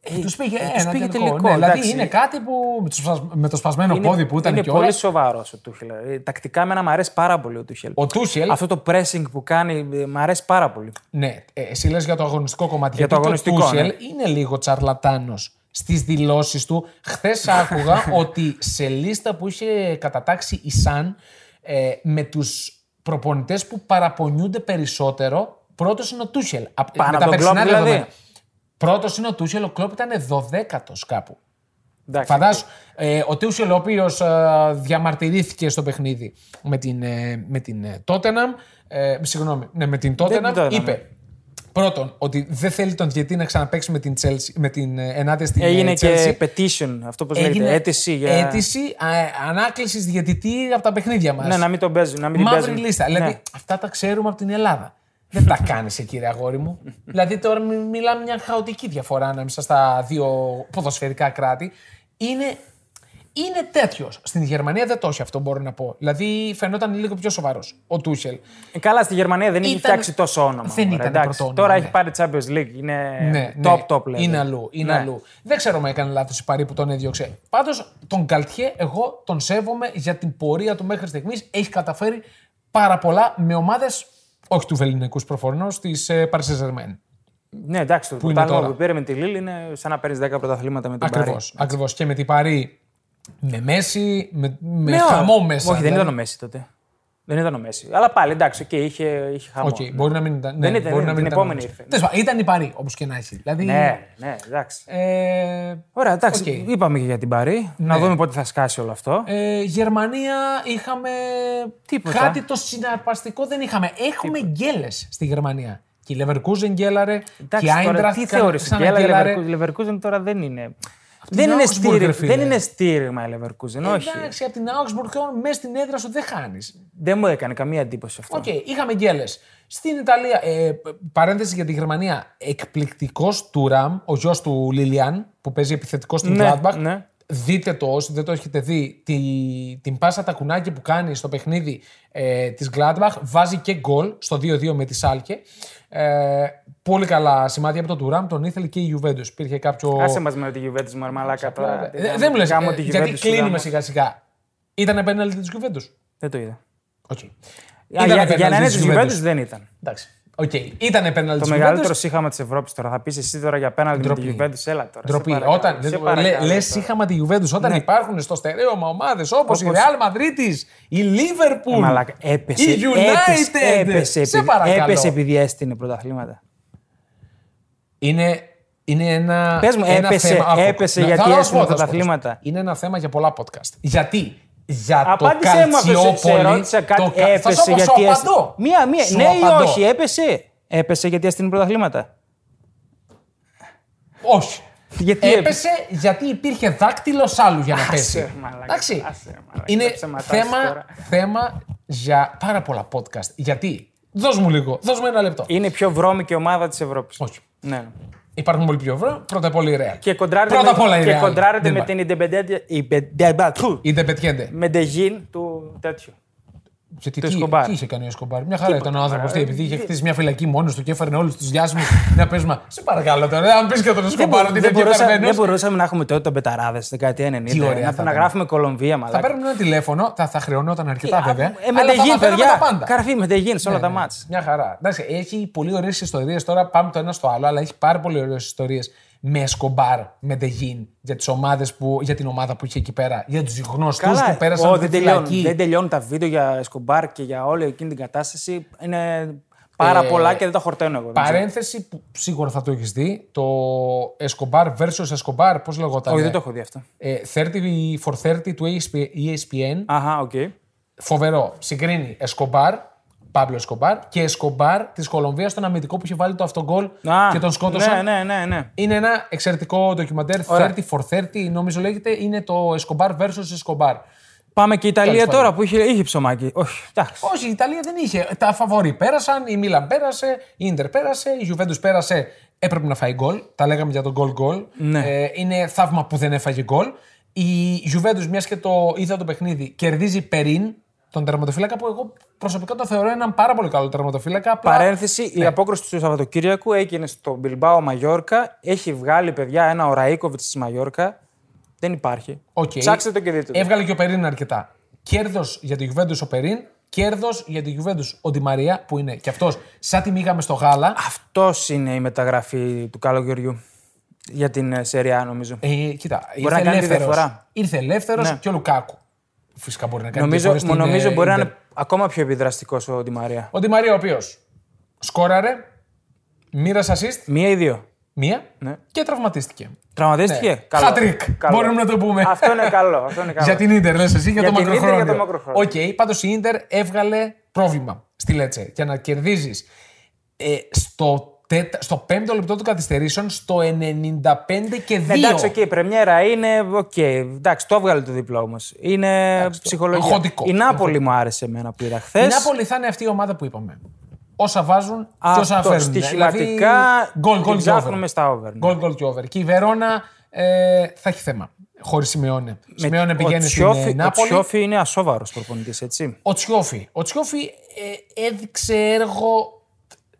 S2: Ε,
S1: τους πήγε,
S2: ε,
S1: ένα
S2: τους πήγε τελικό,
S1: Ναι, δηλαδή
S2: εντάξει.
S1: είναι κάτι που με το σπασ- με το σπασμένο πόδι που ήταν
S2: είναι
S1: και
S2: πολύ σοβαρό ο Ντούχελ. Ε, Τακτικά εμένα μου αρέσει πάρα πολύ ο Ντούχελ.
S1: Ο Τούσελ,
S2: Αυτό το pressing που κάνει ε, μου αρέσει πάρα πολύ.
S1: Ναι, ε, εσύ λες για το αγωνιστικό κομμάτι.
S2: Για το
S1: γιατί
S2: αγωνιστικό,
S1: Ο Τούσελ
S2: ναι.
S1: είναι λίγο τσαρλατάνος στις δηλώσεις του. Χθες άκουγα ότι σε λίστα που είχε κατατάξει η Σαν ε, με τους προπονητές που παραπονιούνται περισσότερο, πρώτος είναι ο Τούσελ. Απ-
S2: Πάνω
S1: με
S2: από
S1: τα
S2: τον Κλόπ,
S1: περσινά
S2: δηλαδή.
S1: δεδομένα. Πρώτος είναι ο Τούσελ, ο Κλόπ ήταν 12ο κάπου.
S2: Εντάξει.
S1: Φαντάσου, ε, ο Τούσελ, ο οποίο ε, διαμαρτυρήθηκε στο παιχνίδι με την, ε, με την ε, Tottenham, ε, συγγνώμη, ναι, με την
S2: την
S1: Tottenham,
S2: Tottenham, ναι.
S1: είπε πρώτον ότι δεν θέλει τον διαιτή να ξαναπαίξει με την, Chelsea, με την ε, ενάντια στην ε,
S2: Έγινε
S1: Chelsea.
S2: και petition, αυτό πώς λέγεται. Αίτηση για.
S1: αίτηση α, ε, ανάκλησης διαιτητή από τα παιχνίδια μας.
S2: Ναι, να μην τον παίζουν. Να μην την
S1: Μαύρη
S2: παίζουν.
S1: λίστα.
S2: Ναι.
S1: Δηλαδή, αυτά τα ξέρουμε από την Ελλάδα. Δεν τα κάνεις εκεί, ρε αγόρι μου. δηλαδή, τώρα μι- μιλάμε μια χαοτική διαφορά ανάμεσα στα δύο ποδοσφαιρικά κράτη. Είναι, είναι τέτοιος. Στην Γερμανία δεν το έχει αυτό, μπορώ να πω. Δηλαδή, φαινόταν λίγο πιο σοβαρός ο Τούσελ.
S2: Ε, Καλά, στη Γερμανία δεν είχε
S1: Ήταν-
S2: φτιάξει τόσο όνομα.
S1: Δεν
S2: μωρέ,
S1: ήταν
S2: εντάξει.
S1: πρωτόνομα,
S2: Τώρα
S1: ναι.
S2: έχει πάρει Champions League. Είναι
S1: Ναι,
S2: top,
S1: ναι.
S2: top level.
S1: Είναι αλλού. Είναι
S2: Ναι.
S1: αλλού. Δεν ξέρω αν έκανε λάθος η Παρή που τον έδιωξε. Πάντως, τον Καλτιέ, εγώ τον σέβομαι για την πορεία του μέχρι στιγμής. Έχει καταφέρει πάρα πολλά με ομάδες, όχι του Βεληνικούς προφανώς, της Παρσέζερμέν.
S2: Ναι, εντάξει, το
S1: είναι
S2: πρωτάθλημα
S1: τώρα.
S2: που πήρε με τη Λίλη είναι σαν να παίρνεις 10 πρωταθλήματα με την
S1: Ακριβώς.
S2: Πάρη.
S1: Ακριβώς. Και με την Παρή με μέση, με, με
S2: Ναι,
S1: χαμό
S2: όχι.
S1: μέσα.
S2: Όχι, δεν
S1: δηλαδή.
S2: ήταν ο Μέση τότε. Δεν ήταν ο Μέση. Αλλά πάλι εντάξει, okay, είχε, είχε χαμό.
S1: Οκ, μπορεί να μην ήταν.
S2: Δεν
S1: ναι,
S2: ήταν,
S1: μπορεί
S2: ναι,
S1: να μην
S2: την
S1: ήταν
S2: επόμενη
S1: όμως.
S2: ήρθε.
S1: Τέλος πάντων, ήταν η Παρή, όπως και να έχει. Δηλαδή,
S2: Ναι, ναι, εντάξει.
S1: ε,
S2: Ωραία, εντάξει.
S1: οκ. Ναι.
S2: Είπαμε και για την Παρή. Να δούμε πότε θα σκάσει όλο αυτό.
S1: Ε, Γερμανία είχαμε.
S2: Τίποτα.
S1: Κάτι το συναρπαστικό δεν είχαμε. Έχουμε γκέλες στη Γερμανία. Και η Leverkusen γκέλαρε.
S2: Εντάξει,
S1: και η
S2: τώρα,
S1: Άιντραχτ
S2: τι θεώρησε. Και άλλα Leverkusen, Leverkusen τώρα δεν είναι. Δεν
S1: την
S2: είναι,
S1: Augsburg,
S2: στήρι,
S1: ρε φίλε. Ε,
S2: δεν είναι στήριγμα η Leverkusen, όχι.
S1: Εντάξει, από την Augsburg μέσα στην έδρα σου δεν χάνεις.
S2: Δεν μου έκανε καμία εντύπωση αυτό.
S1: Οκ, είχαμε γκέλες. Στην Ιταλία, ε, π- παρένθεση για τη Γερμανία, εκπληκτικός του Ραμ, ο γιος του Λίλιαν, που παίζει επιθετικό στην
S2: Ναι,
S1: Gladbach.
S2: ναι.
S1: Δείτε το όσοι δεν το έχετε δει, τη, την πάσα τακουνάκι που κάνει στο παιχνίδι ε, της Gladbach, βάζει και γκολ στο 2-2 με τη Σάλκε. Ε, πολύ καλά σημάδια από τον Τουράμ, τον ήθελε και η Juventus. Υπήρχε κάποιο...
S2: Άσε μας με τη Juventus μου, ρε μαλάκα τώρα.
S1: Ε, δεν μου λες,
S2: Γάμο
S1: ε,
S2: τη
S1: γιατί
S2: Juventus,
S1: κλείνουμε
S2: γάμο.
S1: σιγά σιγά. Ήταν πέναλτι της Juventus.
S2: Δεν το είδα.
S1: Οκ.
S2: Α,
S1: Ήτανε
S2: για- Για να
S1: πέναλτι
S2: είναι
S1: της
S2: της
S1: Juventus.
S2: Juventus δεν ήταν.
S1: Εντάξει. Οκ. Ήταν πέναλτι
S2: Το
S1: της
S2: μεγαλύτερο
S1: Juventus.
S2: σύγχαμα της Ευρώπης τώρα. Θα πεις εσύ τώρα για πέναλτι με τη
S1: Ντροπή.
S2: Juventus, έλα τώρα.
S1: Ντροπή.
S2: σε παρακαλώ,
S1: Όταν
S2: σε
S1: λε
S2: παρακαλώ Ναι.
S1: λες
S2: τώρα.
S1: είχαμε τη Juventus, όταν υπάρχουν στο στερέωμα ομάδες όπως η Real Μαδρίτη, η Liverpool,
S2: Ε, Μαλάκα, έπεσε.
S1: η United.
S2: Έπεσε, έπεσε,
S1: σε
S2: επειδή-
S1: παρακαλώ.
S2: έπεσε επειδή έστεινε πρωταθλήματα.
S1: Είναι, είναι ένα.
S2: Πες μου,
S1: ένα
S2: έπεσε-
S1: θέμα- άκου,
S2: έπεσε
S1: να-
S2: γιατί
S1: θα σου πω,
S2: έστεινε
S1: θα σου πω,
S2: πρωταθλήματα.
S1: Είναι ένα θέμα για πολλά podcast. Γιατί για
S2: Απάντησε
S1: το
S2: μου αυτό. Σε
S1: Καλτσιόπολη.
S2: ρώτησα κάτι.
S1: το κα- θα σου
S2: έπεσε
S1: πω, σου
S2: γιατί. έστεινε-
S1: απαντώ.
S2: Μία, μία.
S1: Σου
S2: ναι
S1: απαντώ.
S2: ή όχι, έπεσε. Έπεσε γιατί έστεινε πρωταθλήματα.
S1: Όχι.
S2: Γιατί έπεσε.
S1: Έπεσε γιατί υπήρχε δάκτυλος άλλου για να πέσει.
S2: Ε, Άσε, μαλάκα,
S1: Εντάξει.
S2: άσε, μαλάκα,
S1: Είναι
S2: θα ψεματάσεις
S1: θέμα,
S2: τώρα.
S1: θέμα για πάρα πολλά podcast. Γιατί. Δώσ' μου λίγο, δώσ' μου ένα λεπτό.
S2: Είναι η πιο βρώμικη ομάδα της Ευρώπης.
S1: Όχι.
S2: Ναι. ναι.
S1: Υπάρχουν πολύ πιο ευρώ. Πρώτα απ' όλα η Real.
S2: Και κοντράρεται
S1: Πρώτα
S2: με,
S1: απ' όλα η
S2: και
S1: Real.
S2: κοντράρεται
S1: Δεν
S2: με
S1: υπάρχει.
S2: την Independiente. Independiente- Φου,
S1: Η Ντεπετιέντε.
S2: Medellín του τέτοιου.
S1: Γιατί
S2: του
S1: τι,
S2: Escobar. ε,
S1: τι είχε κάνει ο Εσκομπάρ. Μια χαρά ήταν ο άνθρωπος.
S2: μωρέ.
S1: Επειδή είχε χτίσει μια φυλακή μόνος του και έφερνε όλους τους διάσημους να παίζουμε. Σε παρακαλώ τώρα, αν πεις και τον
S2: Δεν,
S1: Εσκομπάρ, ότι
S2: δεν,
S1: δεν
S2: μπορούσα- δεν
S1: πιεθαρμένο.
S2: μπορούσαμε να έχουμε τότε τον Πεταράδες δεκαετία 90.
S1: Τι ωραία θα
S2: να, να
S1: ήταν.
S2: γράφουμε Κολομβία, μαλάκα.
S1: Θα παίρνουν ένα τηλέφωνο, θα, θα χρεωνόταν αρκετά
S2: Α,
S1: βέβαια.
S2: Ε,
S1: αλλά θα
S2: Medellín,
S1: μαθαίνουμε τα
S2: παιδιά.
S1: πάντα.
S2: Καρφί, Medellín σε όλα τα
S1: ναι.
S2: μάτς.
S1: Μια χαρά. Εντάξει, έχει πολύ ωραίες ιστορίες. Τώρα πάμε το ένα στο άλλο, αλλά έχει πάρα πολύ ωραίες ιστορίες με Εσκομπάρ, με Ντεγίν, για, τις ομάδες που, για την ομάδα που είχε εκεί πέρα. Για τους γνωστούς που πέρασαν
S2: Ω,
S1: από τη
S2: ε, δεν, τελειώνουν,
S1: φυλακή.
S2: δεν τελειώνουν τα βίντεο για Σκομπάρ και για όλη εκείνη την κατάσταση. Είναι πάρα
S1: Ε,
S2: πολλά και δεν τα χορταίνω εγώ. δεν ξέρω.
S1: Παρένθεση που σίγουρα θα το έχεις δει. Το Escobar versus Escobar, πώ λεγόταν.
S2: Όχι, δεν το έχω δει αυτό.
S1: Ε, 30 for 30 του E ESPN.
S2: Αχα, οκ.
S1: Φοβερό. Συγκρίνει Escobar, Παύλο Escobar και Escobar της Κολομβίας, τον αμυντικό που είχε βάλει το αυτογκολ
S2: Α,
S1: και τον σκότωσαν.
S2: Ναι, ναι, ναι. ναι.
S1: Είναι ένα εξαιρετικό ντοκιμαντέρ.
S2: Ωραία.
S1: 30 for 30, νομίζω λέγεται. Είναι το Escobar versus Escobar.
S2: Πάμε και η Ιταλία
S1: Τέλος πάντων.
S2: τώρα που είχε, είχε ψωμάκι. Όχι, εντάξει.
S1: Όχι, η Ιταλία δεν είχε. Τα φαβορή πέρασαν, η Μίλαν πέρασε, η Ιντερ πέρασε, η Juventus πέρασε. Έπρεπε να φάει γκολ. Τα λέγαμε για τον γκολ γκολ.
S2: Ναι.
S1: Ε, είναι θαύμα που δεν έφαγε γκολ. Η Juventus, μιας και το είδα το παιχνίδι, κερδίζει Περίν, τον τερματοφύλακα που εγώ προσωπικά το θεωρώ έναν πάρα πολύ καλό τερματοφύλακα. απλά-
S2: Παρένθεση,
S1: Ναι.
S2: η απόκριση του Σαββατοκύριακου έγινε στο Μπιλμπάο Μαγιόρκα. Έχει βγάλει, παιδιά, ένα ωραϊκόβιτ τη Μαγιόρκα. Δεν υπάρχει.
S1: Οκ.
S2: Ψάξτε το και δείτε το.
S1: Έβγαλε και ο Περίν αρκετά. Κέρδος για τη Juventus ο Περίν, κέρδος για τη Juventus ο Ντι Μαρία που είναι και αυτός σαν τη μήγαμε στο γάλα.
S2: Αυτός είναι η μεταγραφή του καλοκαιριού για την ε, Σεριά, νομίζω.
S1: Ε, κοίτα,
S2: Μπορεί να
S1: ήρθε
S2: κάνει τη
S1: ελεύθερος,
S2: διαφορά.
S1: ήρθε ελεύθερος
S2: Ναι.
S1: και ο Λουκάκου. Φυσικά μπορεί να κάνει
S2: νομίζω
S1: διαφορά στην,
S2: νομίζω
S1: ε,
S2: μπορεί να
S1: Ιντερ.
S2: είναι ακόμα πιο επιδραστικός ο Ντι Μαρία.
S1: Ο Ντι Μαρία ο οποίος σκόραρε, μοίρασε assist,
S2: Μία ή δύο.
S1: μία
S2: Ναι.
S1: και τραυματίστηκε.
S2: Τραυματίστηκε.
S1: Ναι.
S2: Καλό.
S1: Hat-trick,
S2: Καλό.
S1: μπορούμε να το πούμε.
S2: Αυτό είναι καλό. Αυτό είναι καλό.
S1: Για την Ιντερ, λες εσύ, για,
S2: Για
S1: το
S2: την Ίντερ, για
S1: μακροχρόνιο.
S2: το μακροχρόνιο.
S1: Οκ, πάντως η Ιντερ έβγαλε πρόβλημα στη Λέτσε. Για να κερδίζεις ε, στο, τέτα, στο πέμπτο λεπτό του καθυστερήσεων στο 95 και 2.
S2: Ναι, εντάξει, οκ, η πρεμιέρα είναι. Οκ, εντάξει, το έβγαλε το διπλό όμως. Είναι ψυχολογία.
S1: αγχωτικό.
S2: Η Νάπολη μου άρεσε εμένα που είδα χθες.
S1: Η Νάπολη θα είναι αυτή η ομάδα που είπαμε. Όσα βάζουν και όσα
S2: Αυτό
S1: φέρνουν.
S2: στοιχηματικά
S1: γκολ, γκολ
S2: την
S1: και over.
S2: ψάχνουμε στα over. ναι.
S1: Γκολ, γκολ και over. Και η Βερόνα ε, θα έχει θέμα. Χωρίς Σιμεώνε. Σιμεώνε
S2: ο
S1: πηγαίνει στην
S2: Τσιόφι-
S1: ε, Νάπολη.
S2: Ο Τσιόφι είναι ασόβαρος προπονητής, έτσι.
S1: Ο Τσιόφι. Ο Τσιόφι ε, έδειξε έργο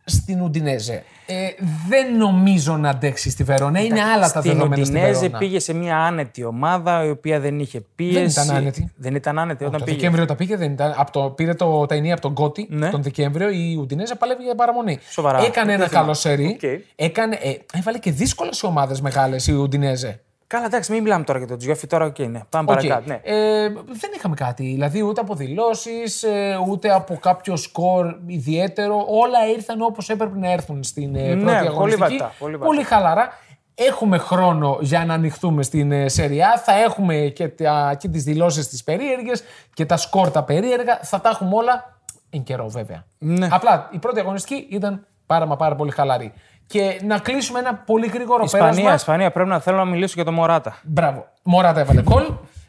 S1: στην Ουντινέζε. Ε, δεν νομίζω να αντέξει στη Βερόνα. Είναι άλλα τα
S2: Στην
S1: δεδομένα στη
S2: Ουντινέζε
S1: Βερόνα.
S2: πήγε σε μια άνετη ομάδα η οποία δεν είχε πίεση.
S1: ήταν άνετη.
S2: Δεν ήταν άνετη όταν
S1: Το
S2: πήγε.
S1: Δεκέμβριο τα πήγε, δεν ήταν. Από το, πήρε το ταινία από τον Κώτη
S2: Ναι.
S1: τον Δεκέμβριο. Η Ουντινέζα παλεύει για παραμονή.
S2: Σοβαρά.
S1: Έκανε ένα
S2: Δεν θυμάμαι.
S1: καλό σερί.
S2: Οκ.
S1: Έκανε, ε, έβαλε και δύσκολες ομάδες μεγάλες η Ουντινέζε.
S2: Καλά, εντάξει, μην μιλάμε τώρα για τον Τζιόφι. Τώρα, οκ, ναι. Πάμε
S1: Οκ.
S2: παρακάτω. Ναι.
S1: Ε, δεν είχαμε κάτι. Δηλαδή ούτε από δηλώσεις, ούτε από κάποιο σκορ ιδιαίτερο. Όλα ήρθαν όπως έπρεπε να έρθουν στην ε, πρώτη
S2: Ναι, πολύ
S1: αγωνιστική.
S2: βατά, πολύ βατά.
S1: χαλαρά. Έχουμε χρόνο για να ανοιχτούμε στην ε, Σεριά. Θα έχουμε και, τα, και τις δηλώσεις τις περίεργες και τα σκορ τα περίεργα. Θα τα έχουμε όλα εν καιρό βέβαια.
S2: Ναι.
S1: Απλά η πρώτη αγωνιστική ήταν πάρα μα πάρα πολύ χαλαρή. Και να κλείσουμε ένα πολύ γρήγορο
S2: Ισπανία,
S1: πέρασμα.
S2: Ισπανία, πρέπει να θέλω να μιλήσω για το Μωράτα.
S1: Μπράβο. Μωράτα έβαλε κολ.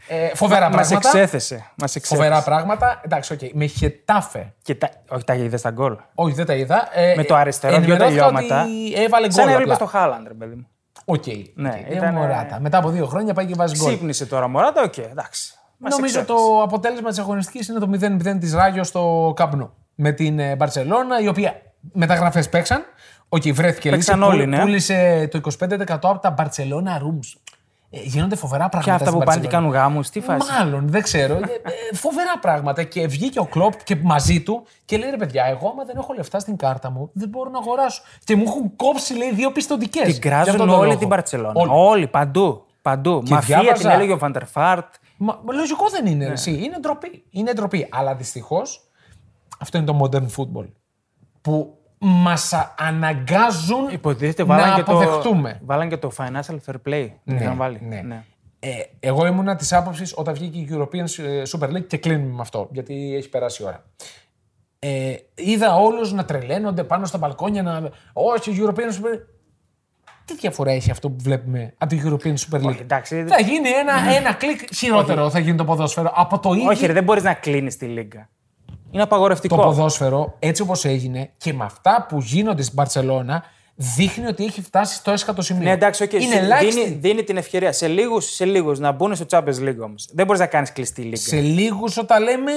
S1: Ε, φοβερά
S2: Μας
S1: πράγματα.
S2: εξέθεσε. Μας εξέθεσε.
S1: Φοβερά πράγματα. Εντάξει, οκ. Με χετάφε.
S2: Και τα... Όχι, τα είδες τα γκολ.
S1: Όχι, δεν τα είδα. Ε,
S2: Με το αριστερό, δύο
S1: ενημερώθηκα
S2: τελειώματα.
S1: ότι Έβαλε γκολ.
S2: Σαν να έβλεπες
S1: απλά.
S2: το Χάλαντ, ρε παιδί μου.
S1: Οκ.
S2: Ναι,
S1: οκ. Ε,
S2: ήταν-
S1: Μωράτα. Μετά από δύο χρόνια πάει και βάζει γκολ.
S2: Ξύπνησε τώρα ο Μωράτα, οκ, εντάξει. Μας
S1: Νομίζω
S2: εξέθεσε.
S1: το αποτέλεσμα της αγωνιστικής είναι το 0-0 της Ράγιο στο Καπνού. Με την ε, Μπαρσελόνα, η οποία μεταγραφές παίξαν. Οκ, βρέθηκε
S2: Παίξαν
S1: λύση.
S2: όλοι,
S1: Πού-
S2: ναι.
S1: Πούλησε το 25% από τα Μπαρσελόνα Rooms. Ε, γίνονται φοβερά πράγματα.
S2: Και αυτά
S1: στην
S2: που πάνε και
S1: Barcelona.
S2: κάνουν γάμους, τι φάση.
S1: Μάλλον, δεν ξέρω. Ε, ε, Φοβερά πράγματα. Και βγήκε ο Κλοπ και μαζί του και λέει: Ρε παιδιά, εγώ άμα δεν έχω λεφτά στην κάρτα μου, δεν μπορώ να αγοράσω. Και μου έχουν κόψει, λέει, δύο πιστοτικές.
S2: Την κράζουν όλη την Παρσελόνα. Όλοι, παντού. Παντού. Μαφία την
S1: διάβαζα-
S2: έλεγε ο Φαντερφάρτ.
S1: Μα, μα λογικό δεν είναι.
S2: Ναι.
S1: Εσύ. Είναι ντροπή. Είναι ντροπή. Αλλά δυστυχώς αυτό είναι το modern football. Που μας αναγκάζουν
S2: Υποτίθεται
S1: να
S2: βάλαν και, το,
S1: αποδεχτούμε.
S2: βάλαν και το financial fair play. Ναι, βάλει.
S1: ναι.
S2: ναι.
S1: Ε, εγώ ήμουνα της άποψης όταν βγήκε η European ε, Super League και κλείνουμε με αυτό, γιατί έχει περάσει η ώρα. Ε, είδα όλους να τρελαίνονται πάνω στα μπαλκόνια να. Όχι, η European Super League. Τι διαφορά έχει αυτό που βλέπουμε από τη European Super League.
S2: Όχι, εντάξει. Ναι.
S1: Θα γίνει ένα, ένα κλικ χειρότερο, θα γίνει το ποδόσφαιρο. Από το ίδιο
S2: Όχι, ρε, δεν μπορείς να κλείνεις τη λίγκα. Είναι απαγορευτικό.
S1: το ποδόσφαιρο, έτσι όπως έγινε και με αυτά που γίνονται στην Παρσελώνα, δείχνει ότι έχει φτάσει στο έσχατο σημείο.
S2: Ναι, εντάξει, okay,
S1: είναι ελάχιστη.
S2: δίνει, δίνει, την ευκαιρία σε λίγους σε λίγους να μπουν στο Champions League όμως. Δεν μπορείς να κάνεις κλειστή λίγα.
S1: Σε λίγους όταν λέμε.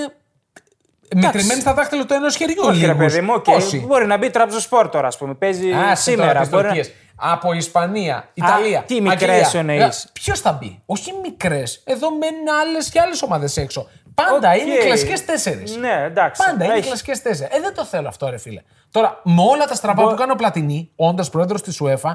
S1: Μετρημένοι στα δάχτυλα του ενός χεριού.
S2: Όχι, ρε
S1: λίγους.
S2: παιδί μου, οκ.
S1: Πόσοι.
S2: Μπορεί να μπει τράπεζο σπορ τώρα, ας πούμε. Παίζει
S1: Άσε τώρα
S2: σήμερα.
S1: τις
S2: Μπορεί να...
S1: Τουρκίες. Από Ισπανία, Ιταλία.
S2: τι μικρές σου εννοείς.
S1: Ποιος θα μπει. Όχι μικρές. Εδώ μένουν άλλες και άλλες ομάδες έξω. Πάντα
S2: Οκ.
S1: είναι κλασικές τέσσερις.
S2: Ναι, εντάξει.
S1: Πάντα είναι
S2: Έχει.
S1: κλασικές τέσσερις. Ε, δεν το θέλω αυτό, ρε φίλε. Τώρα, με όλα τα στραβά που κάνει ο Πλατινί, όντας πρόεδρος της UEFA,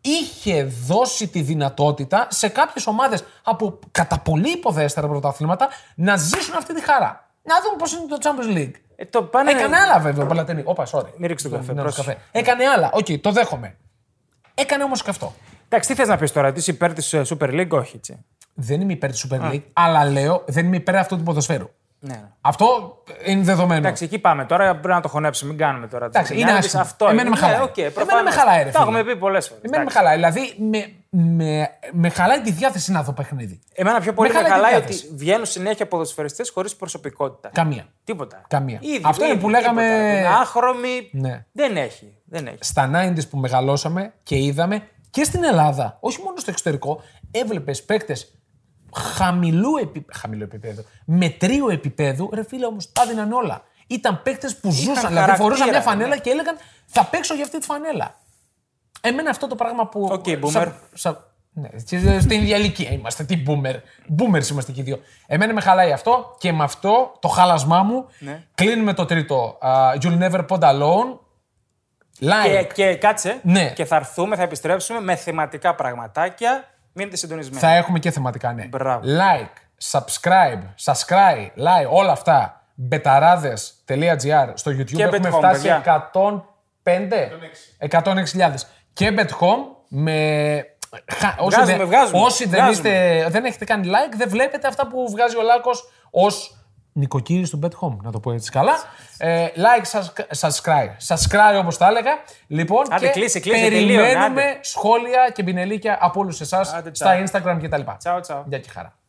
S1: είχε δώσει τη δυνατότητα σε κάποιες ομάδες από κατά πολύ υποδέστερα πρωταθλήματα να ζήσουν αυτή τη χαρά. Να δούμε πώς είναι το Champions League.
S2: Ε, το πάνε...
S1: Έκανε άλλα βέβαια ο Παλατινί. Όπα, sorry.
S2: Μη ρίξεις τον καφέ,
S1: Ναι,
S2: πρόσεχε.
S1: Έκανε άλλα. Οκ, το δέχομαι. Έκανε όμως και αυτό.
S2: Εντάξει, τι θες να πεις τώρα, τι είσαι υπέρ της Super League, όχι έτσι.
S1: Δεν είμαι υπέρ της Super League, αλλά λέω δεν είμαι υπέρ αυτού του ποδοσφαίρου.
S2: Ναι, ναι.
S1: Αυτό είναι δεδομένο.
S2: Εντάξει, εκεί πάμε τώρα. Πρέπει να το χωνέψουμε. Μην κάνουμε τώρα. τις
S1: Εντάξει, είναι
S2: ανάλυσεις.
S1: άσχημο.
S2: Αυτό
S1: Εμένα
S2: είναι.
S1: με χαλάει.
S2: Ναι, οκ,
S1: Εμένα
S2: προφανώς.
S1: με χαλάει, ρε
S2: Τα
S1: φίλε.
S2: έχουμε πει πολλές φορές.
S1: Εμένα με χαλάει. Δηλαδή, με, με, με χαλάει τη διάθεση να δω παιχνίδι.
S2: Εμένα πιο πολύ
S1: Με
S2: με χαλάει,
S1: χαλάει τη
S2: ότι
S1: διάθεση.
S2: βγαίνουν συνέχεια ποδοσφαιριστές χωρίς προσωπικότητα.
S1: Καμία.
S2: Τίποτα.
S1: Καμία. Αυτό είναι που λέγαμε-
S2: τίποτα. Άχρωμη.
S1: Ναι.
S2: Δεν έχει. Δεν έχει.
S1: Στα 90s που μεγαλώσαμε και είδαμε και στην Ελλάδα, όχι μόνο στο εξωτερικό, έβλεπες παίκτες χαμηλού, επι... χαμηλού επίπεδου, μετρίου επίπεδου. Ρε φίλε, όμως τα δίναν όλα. Ήταν παίκτες που ζούσαν, δηλαδή
S2: χαρακτήρα,
S1: φορούσαν μια φανέλα
S2: ναι.
S1: και έλεγαν Θα παίξω για αυτή τη φανέλα. Εμένα αυτό το πράγμα που.
S2: Οκ,
S1: σαν-
S2: boomer.
S1: σαν- ναι, στη- στην ίδια ηλικία είμαστε. Τι boomer. Boomers είμαστε και οι δύο. Εμένα με χαλάει αυτό και με αυτό το χάλασμά μου
S2: Ναι.
S1: κλείνουμε το τρίτο. Uh, You'll never pond alone. Like.
S2: Και, και κάτσε.
S1: Ναι.
S2: Και θα έρθουμε, θα επιστρέψουμε με θεματικά πραγματάκια. Μείνετε συντονισμένοι.
S1: Θα έχουμε και θεματικά, ναι.
S2: Μπράβο.
S1: Like, subscribe, subscribe, like, όλα αυτά. Μπεταράδε.gr στο YouTube
S2: Και
S1: έχουμε
S2: BetHome,
S1: φτάσει
S2: παιδιά.
S1: 105. 106.000. Και BetHome με. Χα- Όσοι,
S2: Βγάζουμε,
S1: δεν,
S2: βγάζουμε,
S1: όσοι δεν,
S2: βγάζουμε.
S1: είστε, δεν έχετε κάνει like, δεν βλέπετε αυτά που βγάζει ο Λάκος ως νοικοκύρης του BetHome, να το πω έτσι καλά. Ε, like, subscribe- subscribe. Subscribe όπως τα έλεγα. Λοιπόν,
S2: Άντε,
S1: και
S2: κλείσε, κλείσε, τελείωνε,
S1: περιμένουμε
S2: άντε.
S1: σχόλια και πινελίκια από όλους εσάς
S2: Άντε,
S1: στα
S2: τσάου.
S1: Instagram κτλ.
S2: Τσάου, τσάου.
S1: Γεια και χαρά.